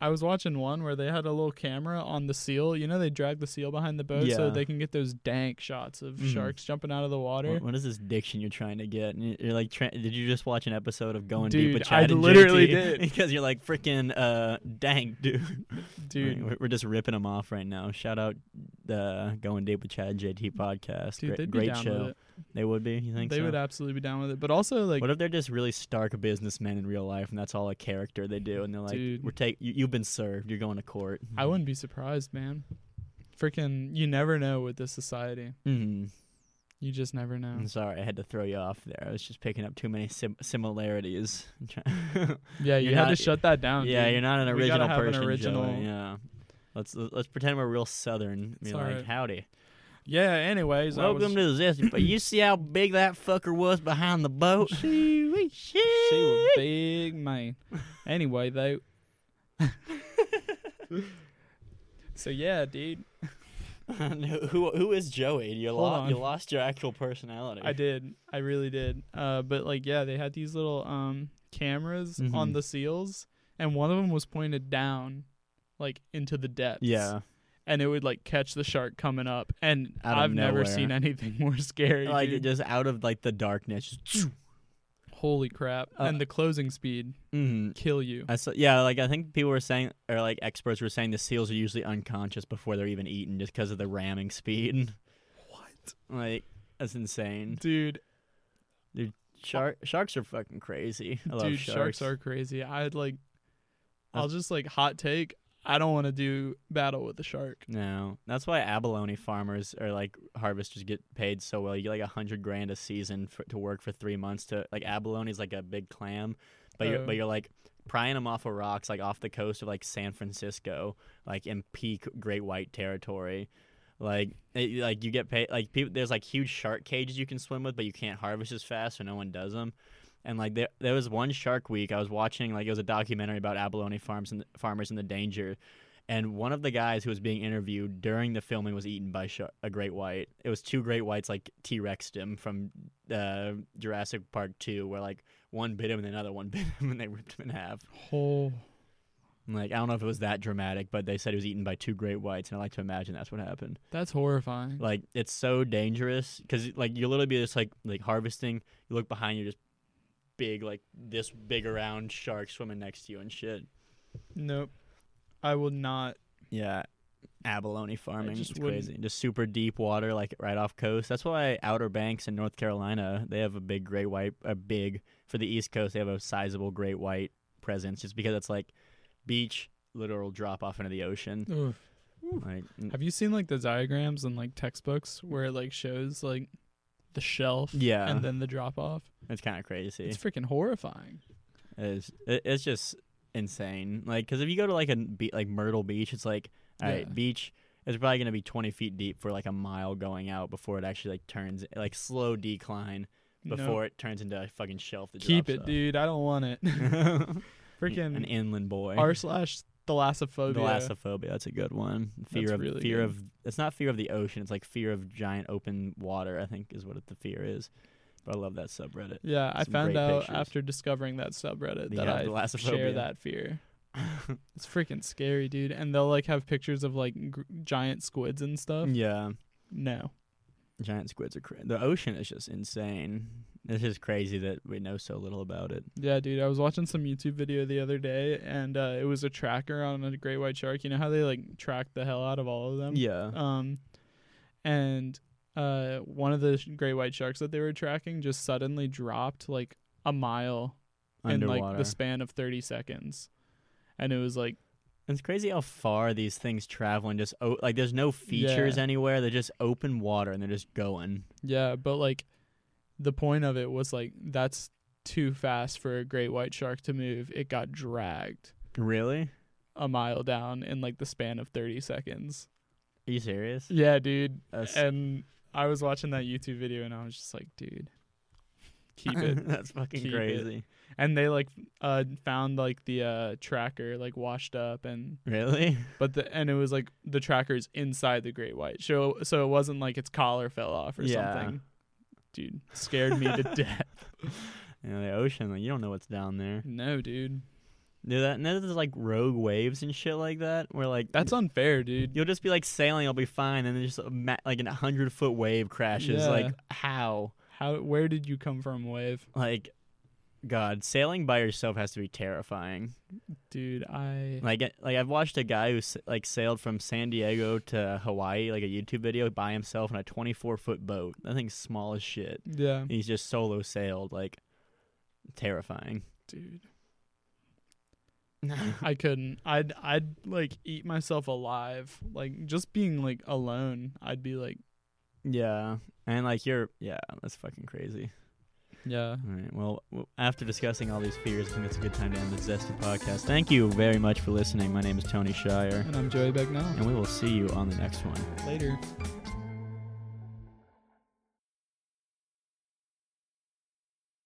Speaker 2: I was watching one where they had a little camera on the seal. You know, they drag the seal behind the boat so
Speaker 1: Yeah.
Speaker 2: they can get those dank shots of
Speaker 1: Mhm.
Speaker 2: sharks jumping out of the water.
Speaker 1: What, what is this diction you're trying to get? And you're like, tra- did you just watch an episode of Going Deep
Speaker 2: Dude,
Speaker 1: with
Speaker 2: I
Speaker 1: Chad and
Speaker 2: literally
Speaker 1: JT?
Speaker 2: did.
Speaker 1: because you're like freaking uh, dang dude.
Speaker 2: Dude,
Speaker 1: We're, we're just ripping them off right now. Shout out the Going Deep with Chad and JT podcast.
Speaker 2: Mm. dude,
Speaker 1: great
Speaker 2: they'd be
Speaker 1: great
Speaker 2: down
Speaker 1: show.
Speaker 2: with it.
Speaker 1: They would be. You think
Speaker 2: they
Speaker 1: so?
Speaker 2: would absolutely be down with it. But also like
Speaker 1: what if they're just really stark businessmen in real life, and that's all a character they do, and they're like,
Speaker 2: Dude.
Speaker 1: "We're take you, you've been served. You're going to court."
Speaker 2: I wouldn't be surprised, man. Freaking you never know with this society.
Speaker 1: Mm.
Speaker 2: You just never know.
Speaker 1: I'm sorry, I had to throw you off there. I was just picking up too many sim- similarities.
Speaker 2: Yeah, you
Speaker 1: You're
Speaker 2: had to
Speaker 1: not-
Speaker 2: shut that down.
Speaker 1: yeah,
Speaker 2: Oh, dude.
Speaker 1: you're not an
Speaker 2: We gotta
Speaker 1: original
Speaker 2: have an
Speaker 1: person. Joey,
Speaker 2: original-
Speaker 1: Yeah. Let's let's pretend we're real southern. Be
Speaker 2: It's
Speaker 1: like,
Speaker 2: alright.
Speaker 1: howdy.
Speaker 2: Yeah, anyways, I
Speaker 1: Welcome to
Speaker 2: was,
Speaker 1: the zesty. But you see how big that fucker was behind the boat. Shoo-wee,
Speaker 2: she was
Speaker 1: shoo-wee.
Speaker 2: big man. anyway, though. so yeah, dude,
Speaker 1: who who is Joey? You
Speaker 2: Hold
Speaker 1: lost you
Speaker 2: on.
Speaker 1: lost your actual personality.
Speaker 2: I did. I really did. Uh, but like, yeah, they had these little um cameras on
Speaker 1: Mhm.
Speaker 2: the seals, and one of them was pointed down, like into the depths.
Speaker 1: Yeah.
Speaker 2: and it would like catch the shark coming up, and
Speaker 1: Out of
Speaker 2: I've never
Speaker 1: nowhere.
Speaker 2: seen anything more scary.
Speaker 1: Like
Speaker 2: dude.
Speaker 1: just out of like the darkness. Just,
Speaker 2: Holy crap!
Speaker 1: Uh,
Speaker 2: and the closing speed
Speaker 1: mm.
Speaker 2: kill you.
Speaker 1: I saw, yeah, like I think people were saying, or like experts were saying, the seals are usually unconscious before they're even eaten just because of the ramming speed.
Speaker 2: What,
Speaker 1: Like that's insane.
Speaker 2: dude?
Speaker 1: Shark sharks are fucking crazy. I love
Speaker 2: Dude,
Speaker 1: sharks.
Speaker 2: sharks. are crazy. I'd like,
Speaker 1: Uh,
Speaker 2: I'll just like hot take. I don't want to do battle with a shark.
Speaker 1: No, that's why abalone farmers or like harvesters get paid so well. You get like a hundred grand a season for, to work for three months to like abalone is like a big clam, but you're
Speaker 2: Oh.
Speaker 1: but you're like prying them off of rocks like off the coast of like San Francisco, like in peak Great White territory. Like it, like you get paid like people there's like huge shark cages you can swim with, but you can't harvest as fast, so no one does them. And like there, there was one Shark Week I was watching. Like it was a documentary about abalone farms and farmers and the danger. And one of the guys who was being interviewed during the filming was eaten by shar a great white. It was two great whites like T Rexed him from uh, Jurassic Park Two, where like one bit him and another one bit him and they ripped him in half.
Speaker 2: Oh,
Speaker 1: And, like I don't know if it was that dramatic, but they said he was eaten by two great whites, and I like to imagine that's what happened.
Speaker 2: that's horrifying.
Speaker 1: Like it's so dangerous because like you will literally be just like like harvesting. You look behind you, just big like this big around shark swimming next to you and shit.
Speaker 2: nope, I will not.
Speaker 1: Yeah. Abalone farming
Speaker 2: just
Speaker 1: is
Speaker 2: wouldn't-
Speaker 1: crazy. Just super deep water, like right off coast. That's why Outer Banks in North Carolina, they have a big great white, a big for the East Coast. They have a sizable great white presence, just because it's like beach, literal drop off into the ocean.
Speaker 2: Oof.
Speaker 1: Like, mm,
Speaker 2: Have you seen like the diagrams in like textbooks where it like shows like the shelf
Speaker 1: Yeah.
Speaker 2: and then the drop off?
Speaker 1: it's kind of crazy.
Speaker 2: It's freaking horrifying.
Speaker 1: It's it, it's just insane. Like, because if you go to like a be- like Myrtle Beach, it's like all right,
Speaker 2: Yeah.
Speaker 1: beach is probably gonna be twenty feet deep for like a mile going out before it actually like turns like slow decline
Speaker 2: No.
Speaker 1: before it turns into a fucking shelf. That
Speaker 2: keep it,
Speaker 1: drops
Speaker 2: dude. I don't want it.
Speaker 1: off. an
Speaker 2: freaking
Speaker 1: inland boy.
Speaker 2: r slash thalassophobia.
Speaker 1: Thalassophobia. That's a good one. Fear
Speaker 2: That's
Speaker 1: of
Speaker 2: really
Speaker 1: fear
Speaker 2: good.
Speaker 1: of it's not fear of the ocean. It's like fear of giant open water. I think is what it- the fear is. But I love that subreddit.
Speaker 2: Yeah, I
Speaker 1: Some
Speaker 2: found
Speaker 1: great
Speaker 2: out
Speaker 1: pictures.
Speaker 2: after discovering that subreddit
Speaker 1: They
Speaker 2: that
Speaker 1: have
Speaker 2: I
Speaker 1: thalassophobia.
Speaker 2: share that fear. It's freaking scary, dude. And they'll like have pictures of like gr- giant squids and stuff.
Speaker 1: yeah.
Speaker 2: No,
Speaker 1: Giant squids are crazy. The ocean is just insane. It's just crazy that we know so little about it.
Speaker 2: yeah, dude. I was watching some YouTube video the other day, and uh, it was a tracker on a great white shark. You know how they like track the hell out of all of them.
Speaker 1: Yeah.
Speaker 2: Um, and uh, one of the sh- great white sharks that they were tracking just suddenly dropped like a mile
Speaker 1: Underwater.
Speaker 2: in like the span of thirty seconds, and it was like.
Speaker 1: It's crazy how far these things travel and just o- like there's no features
Speaker 2: Yeah.
Speaker 1: anywhere. They're just open water and they're just going.
Speaker 2: Yeah, but like the point of it was like that's too fast for a great white shark to move. It got dragged
Speaker 1: Really?
Speaker 2: a mile down in like the span of 30 seconds.
Speaker 1: Are you serious?
Speaker 2: Yeah, dude.
Speaker 1: That's,
Speaker 2: And I was watching that YouTube video and I was just like, dude, keep it.
Speaker 1: That's fucking
Speaker 2: Keep it.
Speaker 1: crazy.
Speaker 2: and they like uh found like the uh tracker like washed up and
Speaker 1: Really?
Speaker 2: but the and it was like the tracker's inside the great white. So so it wasn't like its collar fell off or
Speaker 1: Yeah.
Speaker 2: something. Dude, scared me to death.
Speaker 1: You know, the ocean, like you don't know what's down there.
Speaker 2: No, dude.
Speaker 1: Do that and then there's like rogue waves and shit like that where like
Speaker 2: That's unfair, dude.
Speaker 1: you'll just be like sailing, I'll be fine, and then just a ma- like an hundred foot wave crashes.
Speaker 2: Yeah.
Speaker 1: Like how?
Speaker 2: How? Where did you come from, Wave?
Speaker 1: Like God, sailing by yourself has to be terrifying.
Speaker 2: dude. I
Speaker 1: Like, I- like I've watched a guy who s- like sailed from San Diego to Hawaii, like a YouTube video by himself in a 24 foot boat. That thing's small as shit.
Speaker 2: yeah,
Speaker 1: And he's just solo sailed, like terrifying.
Speaker 2: dude. I couldn't. I'd I'd like eat myself alive. Like just being like alone, I'd be like,
Speaker 1: yeah, and like you're, yeah, that's fucking crazy.
Speaker 2: yeah.
Speaker 1: All right. Well, w- after discussing all these fears, I think it's a good time to end the Zesty podcast. Thank you very much for listening. My name is Tony Shire,
Speaker 2: And I'm Joey Beck now.
Speaker 1: and we will see you on the next one.
Speaker 2: Later.